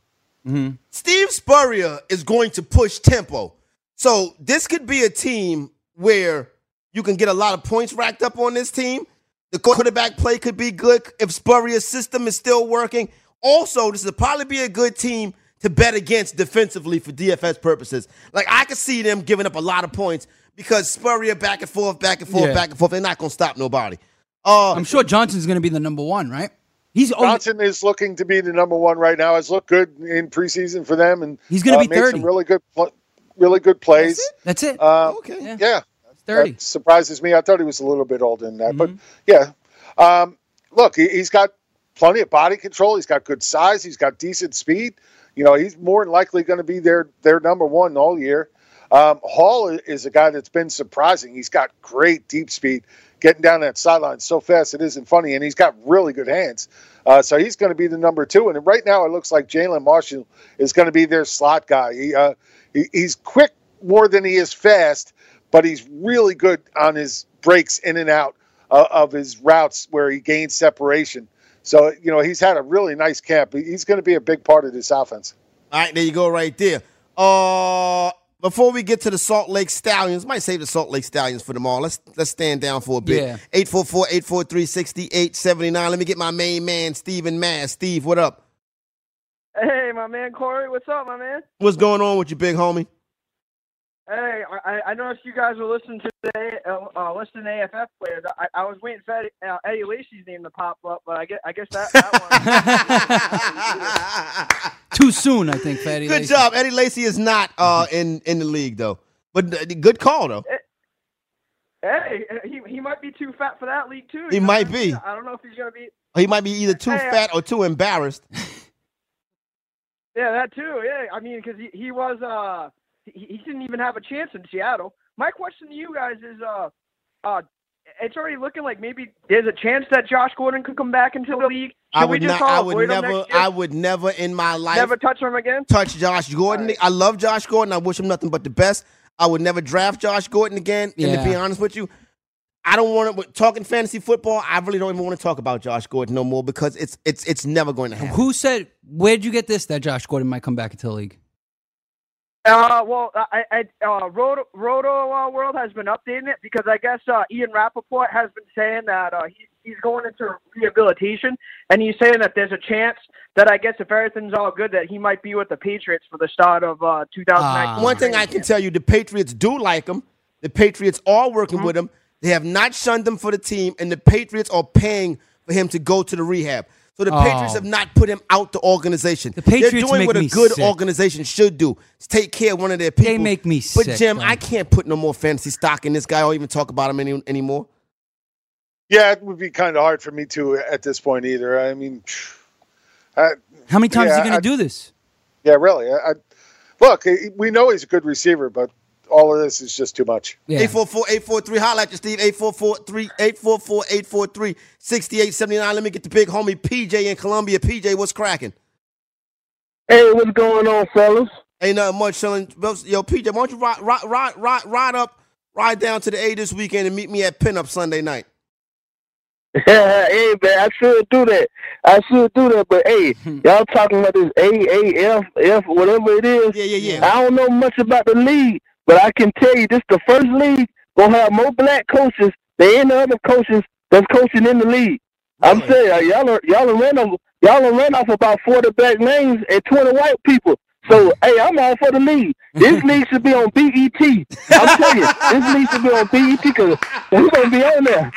Speaker 3: Steve Spurrier is going to push tempo. So this could be a team where you can get a lot of points racked up on this team. The quarterback play could be good if Spurrier's system is still working. Also, this would probably be a good team to bet against defensively for DFS purposes. Like I could see them giving up a lot of points because Spurrier back and forth, back and forth,
Speaker 5: Yeah.
Speaker 3: back and forth. They're not gonna stop nobody. Uh,
Speaker 5: I'm sure Johnson's going to be the number one, right? He's only-
Speaker 6: Johnson is looking to be the number one right now. Has looked good in preseason for them, and uh,
Speaker 5: He's gonna be
Speaker 6: made
Speaker 5: 30.
Speaker 6: Some really good, pl- really good plays.
Speaker 5: That's it.
Speaker 6: Uh,
Speaker 3: okay.
Speaker 6: Yeah.
Speaker 5: Thirty
Speaker 6: That surprises me. I thought he was a little bit older than that, but yeah. Um, look, he, he's got plenty of body control. He's got good size. He's got decent speed. You know, he's more than likely going to be their their number one all year. Um, Hall i- is a guy that's been surprising. He's got great deep speed, getting down that sideline so fast it isn't funny, and he's got really good hands. Uh, so he's going to be the number two. And right now, it looks like Jalen Marshall is going to be their slot guy. He, uh, he he's quick more than he is fast, but he's really good on his breaks in and out uh, of his routes where he gains separation. So you know he's had a really nice camp. He- He's going to be a big part of this offense.
Speaker 3: All right, there you go, right there. Uh, before we get to the Salt Lake Stallions, might save the Salt Lake Stallions for tomorrow. Let's let's stand down for a
Speaker 5: Yeah.
Speaker 3: bit. 844-843-6879. Let me get my main man, Steven Mass. Steve, what up?
Speaker 14: Hey, my man Corey, what's up, my man?
Speaker 3: What's going on with you, big homie?
Speaker 14: Hey, I, I noticed you guys were listening to the uh, uh, listening to AFF players. I, I was waiting for Eddie, uh, Eddie Lacy's name to pop up, but I guess I guess that, that one.
Speaker 5: Too soon, I think, Fatty.
Speaker 3: Good
Speaker 5: Lacey.
Speaker 3: job. Eddie Lacy is not uh, in, in the league, though. But uh, good call, though.
Speaker 14: hey, he he might be too fat for that league too.
Speaker 3: He
Speaker 14: You know
Speaker 3: might
Speaker 14: what I mean?
Speaker 3: be.
Speaker 14: I don't know if he's gonna be.
Speaker 3: He might be either too
Speaker 14: Hey, uh, I-
Speaker 3: fat or too embarrassed.
Speaker 14: Yeah, that too. Yeah, I mean, because he, he was uh he, he didn't even have a chance in Seattle. My question to you guys is uh uh it's already looking like maybe there's a chance that Josh Gordon could come back into the league.
Speaker 3: I
Speaker 14: Should we
Speaker 3: would
Speaker 14: just
Speaker 3: not.
Speaker 14: all
Speaker 3: I would
Speaker 14: avoid him
Speaker 3: never.
Speaker 14: next year?
Speaker 3: I would never in my life
Speaker 14: Never touch him again.
Speaker 3: touch Josh Gordon. I love Josh Gordon. I wish him nothing but the best. I would never draft Josh Gordon again. And
Speaker 5: Yeah.
Speaker 3: to be honest with you, I don't want to talking fantasy football. I really don't even want to talk about Josh Gordon no more because it's it's it's never going to happen.
Speaker 5: Who said? Where'd you get this? That Josh Gordon might come back into the league.
Speaker 14: Uh, well, I, I uh, Roto, Roto uh, World has been updating it because I guess uh, Ian Rappaport has been saying that uh, he, he's going into rehabilitation, and he's saying that there's a chance that I guess if everything's all good, that he might be with the Patriots for the start of uh, 2019.
Speaker 3: Ah,
Speaker 5: Um,
Speaker 3: One thing I can tell you, the Patriots do like him. The Patriots are
Speaker 5: Uh-huh.
Speaker 3: working with him. They have not shunned him for the team, and the Patriots are paying for him to go to the rehab. So the Patriots
Speaker 5: Oh.
Speaker 3: have not put him out the organization. The They're
Speaker 5: Patriots
Speaker 3: doing
Speaker 5: make
Speaker 3: what a
Speaker 5: me
Speaker 3: good
Speaker 5: sick.
Speaker 3: organization should do: is take care of one of their people. They make
Speaker 5: me
Speaker 3: But
Speaker 5: sick,
Speaker 3: Jim,
Speaker 5: man.
Speaker 3: I can't put no more fantasy stock in this guy or even talk about him any, anymore.
Speaker 6: Yeah, it would be kind of hard for me to at this point either. I mean, I-
Speaker 5: How many times
Speaker 6: yeah,
Speaker 5: are you going
Speaker 6: I-
Speaker 5: to do this?
Speaker 6: Yeah, really. I, I, look, he- we know he's a good receiver, but all of this is just too much.
Speaker 3: Eight four four eight four three. 844-843. Holla at you, Steve. 844-843-6879. Let me get the big homie PJ in Columbia. PJ, what's cracking?
Speaker 15: Hey, what's going on, fellas?
Speaker 3: Ain't nothing much, chilling. Yo, PJ, why don't you ride, ride, ride, ride, ride up, ride down to the A this weekend and meet me at Pinup Sunday night?
Speaker 15: hey man, I should do that. I should do that, but hey, y'all talking about this AAF, F, whatever it is. Yeah, yeah, yeah. I don't know much about the league, but I can tell you this: the first league gonna have more black coaches than any other coaches that's coaching in the league. I'm saying y'all are y'all are ran off y'all are ran off about forty black names and twenty white people. So hey, I'm all for the league. This league should be on BET. I'm telling you, this league should be on E BET because we're gonna be on there.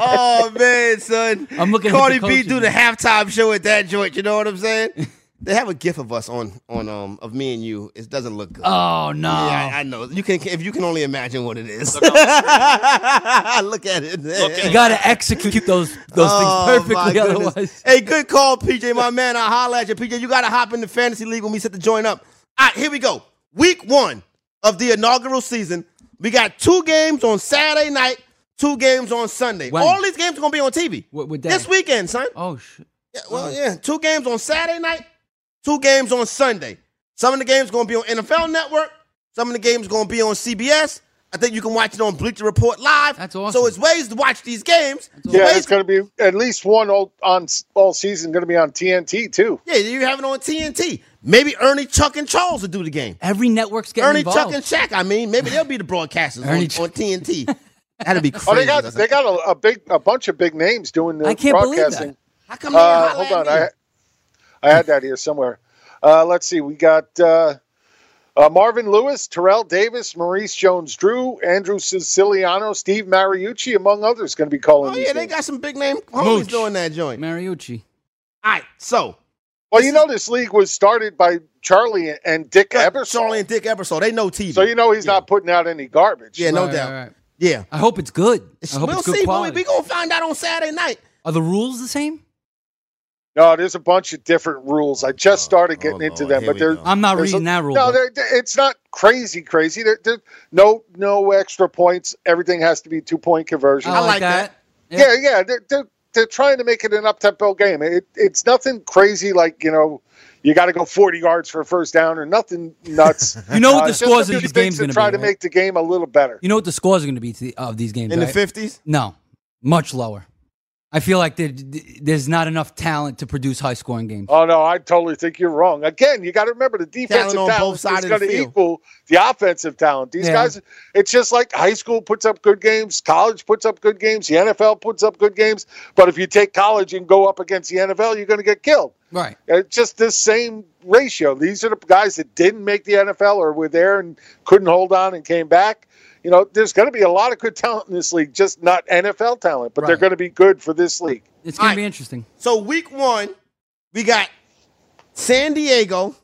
Speaker 3: oh man, son.
Speaker 5: I'm looking at
Speaker 3: Cardi
Speaker 5: the
Speaker 3: B
Speaker 5: coaches.
Speaker 3: do the halftime show at that joint. You know what I'm saying? they have a gif of us on on um of me and you. It doesn't look good.
Speaker 5: Oh, no.
Speaker 3: Yeah, I, I know. You can if you can only imagine what it is. Look at it.
Speaker 5: You got to execute those those
Speaker 3: Oh,
Speaker 5: things
Speaker 3: my
Speaker 5: perfectly.
Speaker 3: goodness.
Speaker 5: Otherwise,
Speaker 3: Hey, good call, PJ, my man. I holla at you, PJ. You got to hop in the fantasy league when we set the joint up. All right, here we go. Week one of the inaugural season. We got two games on Saturday night, two games on Sunday. All these games are gonna be on TV this weekend, son.
Speaker 5: Oh shit.
Speaker 3: Yeah, well, yeah, two games on Saturday night, two games on Sunday. Some of the games gonna be on NFL Network. Some of the games gonna be on CBS. I think you can watch it on Bleacher Report live. That's awesome. So it's ways to watch these games.
Speaker 6: Yeah, it's going to be at least one all, on all season going to be on TNT too.
Speaker 3: Yeah, you have it on TNT. Maybe Ernie, Chuck, and Charles will do the game.
Speaker 5: Every network's getting
Speaker 3: Ernie,
Speaker 5: involved.
Speaker 3: Chuck, and Shaq. I mean, maybe they'll be the broadcasters on,
Speaker 5: Ernie,
Speaker 3: on TNT. That'd be crazy.
Speaker 6: Oh, they got they got a, a big a bunch of big names doing the
Speaker 3: I can't believe that.
Speaker 6: broadcasting.
Speaker 3: How come they didn't
Speaker 6: uh,
Speaker 3: holla
Speaker 6: hold on,
Speaker 3: at
Speaker 6: I I had that here somewhere. Uh, let's see, we got uh, uh, Marvin Lewis, Terrell Davis, Maurice Jones-Drew, Andrew Siciliano, Steve Mariucci, among others, going to be calling.
Speaker 3: Oh
Speaker 6: these
Speaker 3: yeah, they
Speaker 6: games.
Speaker 3: got some big name homies
Speaker 6: Mooch.
Speaker 3: doing that joint.
Speaker 5: Mariucci.
Speaker 3: All right, so
Speaker 6: Well, you know this league was started by Charlie and Dick Ebersol. Charlie
Speaker 3: and Dick Ebersol, they know TV.
Speaker 6: So you know he's not putting out any garbage.
Speaker 3: Yeah, no doubt. Yeah.
Speaker 5: I hope it's good. I hope
Speaker 3: we'll
Speaker 5: it's good
Speaker 3: see.
Speaker 5: quality.
Speaker 3: We're we going to find out on Saturday night.
Speaker 5: Are the rules the same?
Speaker 6: No, there's a bunch of different rules. I just started getting into them, but there's
Speaker 5: I'm not
Speaker 6: there's
Speaker 5: reading that rule,
Speaker 6: No,
Speaker 5: but-
Speaker 6: there- there- it's not crazy, crazy. There, there, no, no extra points. Everything has to be two point conversion.
Speaker 5: I like I like that.
Speaker 6: Yeah, yeah. They're, they're they're trying to make it an up tempo game. It, it's nothing crazy like you know. You got to go 40 yards for a first down, or nothing nuts.
Speaker 5: You know what the
Speaker 6: Uh, it's just
Speaker 5: scores
Speaker 6: a
Speaker 5: of
Speaker 6: few
Speaker 5: these
Speaker 6: things
Speaker 5: games
Speaker 6: to
Speaker 5: gonna be,
Speaker 6: try to
Speaker 5: right?
Speaker 6: make the game a little better.
Speaker 5: You know what the scores are going to be to the, of these games
Speaker 6: In the
Speaker 5: right?
Speaker 6: 50s?
Speaker 5: No, much lower. I feel like there, there's not enough talent to produce high scoring games.
Speaker 6: Oh no, I totally think you're wrong. Again, you got to remember the defensive
Speaker 5: Talent on
Speaker 6: talent,
Speaker 5: both sides
Speaker 6: is
Speaker 5: of
Speaker 6: going
Speaker 5: the
Speaker 6: to
Speaker 5: field.
Speaker 6: equal the offensive talent. These
Speaker 5: Yeah.
Speaker 6: guys, it's just like high school puts up good games, college puts up good games, the NFL puts up good games. But if you take college and go up against the NFL, you're going to get killed.
Speaker 5: Right.
Speaker 6: It's Uh, just this same ratio. These are the guys that didn't make the NFL or were there and couldn't hold on and came back. You know, there's going to be a lot of good talent in this league, just not NFL talent, but they're
Speaker 5: Right.
Speaker 6: going to be good for this league.
Speaker 5: It's going to be interesting.
Speaker 3: So week one, we got San Diego,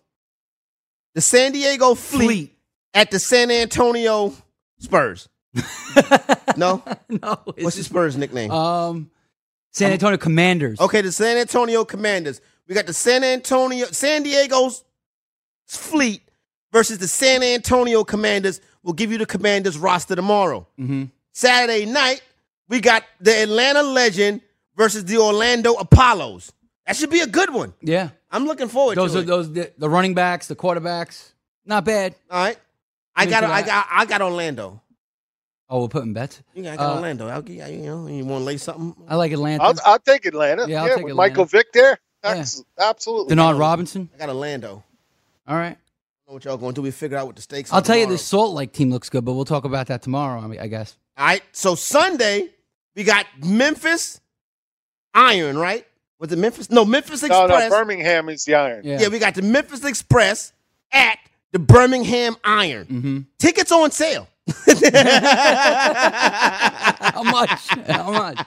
Speaker 3: the San Diego Fleet, at the San Antonio Spurs. no, Uh,
Speaker 5: no.
Speaker 3: What's the Spurs nickname?
Speaker 5: Um, San Antonio Commanders.
Speaker 6: Oh.
Speaker 3: Okay, the San Antonio Commanders. We got the San Antonio, San Diego's Fleet versus the San Antonio Commanders. We'll give you the Commanders roster tomorrow.
Speaker 5: Mm-hmm.
Speaker 3: Saturday night, we got the Atlanta Legend versus the Orlando Apollos. That should be a good one.
Speaker 5: Yeah.
Speaker 3: I'm looking forward
Speaker 5: Those
Speaker 3: to
Speaker 5: are
Speaker 3: it.
Speaker 5: those the, the running backs, the quarterbacks. Not bad.
Speaker 3: All right. I
Speaker 5: I'm
Speaker 3: got,
Speaker 5: into
Speaker 3: I
Speaker 5: that.
Speaker 3: got, I got Orlando.
Speaker 5: Oh, we're putting bets.
Speaker 3: You got, I got
Speaker 5: Uh,
Speaker 3: Orlando. I'll, gi- you know, you want to lay something?
Speaker 5: I like Atlanta.
Speaker 6: I'll, I'll take Atlanta. Yeah,
Speaker 5: Yeah, I'll take
Speaker 6: with
Speaker 5: Atlanta.
Speaker 6: Michael Vick there. That's absolutely.
Speaker 5: Denard Robinson.
Speaker 3: I got Orlando.
Speaker 5: All
Speaker 3: I
Speaker 5: right.
Speaker 3: don't know what y'all going to do. We figure out what the stakes.
Speaker 5: I'll
Speaker 3: are
Speaker 5: tell you,
Speaker 3: tomorrow.
Speaker 5: this Salt Lake team looks good, but we'll talk about that tomorrow. I, mean, I guess.
Speaker 3: All right. So Sunday, we got Memphis Iron, right? Was it Memphis? No, Memphis
Speaker 6: No,
Speaker 3: Express.
Speaker 6: no, Birmingham is the iron.
Speaker 3: Yeah. we got the Memphis Express at the Birmingham Iron.
Speaker 5: Mm-hmm.
Speaker 3: Tickets on sale. How
Speaker 5: much? How much?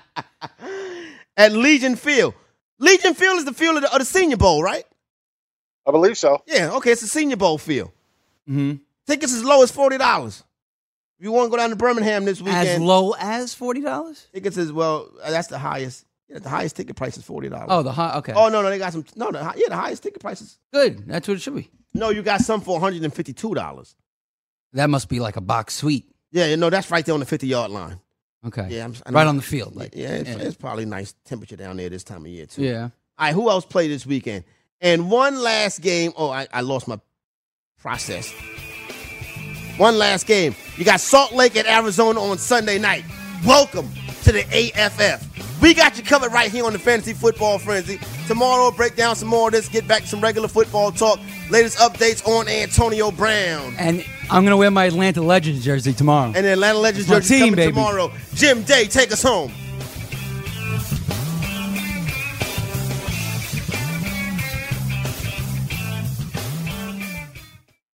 Speaker 3: At Legion Field. Legion Field is the field of the, of the Senior Bowl, right?
Speaker 6: I believe so.
Speaker 3: Yeah. Okay, it's the Senior Bowl field.
Speaker 5: Mm-hmm.
Speaker 3: Tickets as low as forty dollars. If you want to go down to Birmingham this weekend,
Speaker 5: low as forty dollars.
Speaker 3: Tickets as well. uh, That's the highest. Yeah, the highest ticket price is forty dollars.
Speaker 5: Oh, the high. Okay.
Speaker 3: Oh no, no, they got some. No, the hi- yeah, the highest ticket price is
Speaker 5: good. That's what it should be.
Speaker 3: No, you got some for one hundred and fifty-two dollars.
Speaker 5: That must be like a box suite.
Speaker 3: Yeah, you know that's right there on the fifty-yard line.
Speaker 5: Okay.
Speaker 3: Yeah, I'm, I know-
Speaker 5: right on the field. Like,
Speaker 3: yeah, it's, it's probably nice temperature down there this time of year too.
Speaker 5: Yeah.
Speaker 3: All right, who else played this weekend? And one last game. Oh, I, I lost my process. One last game. You got Salt Lake at Arizona on Sunday night. Welcome to the AFF. We got you covered right here on the Fantasy Football Frenzy. Tomorrow, break down some more of this, get back to some regular football talk. Latest updates on Antonio Brown.
Speaker 5: And I'm gonna wear my Atlanta Legends jersey tomorrow.
Speaker 3: And the Atlanta Legends
Speaker 5: That's my
Speaker 3: jersey coming
Speaker 5: team, baby.
Speaker 3: tomorrow. Jim Day, take us home.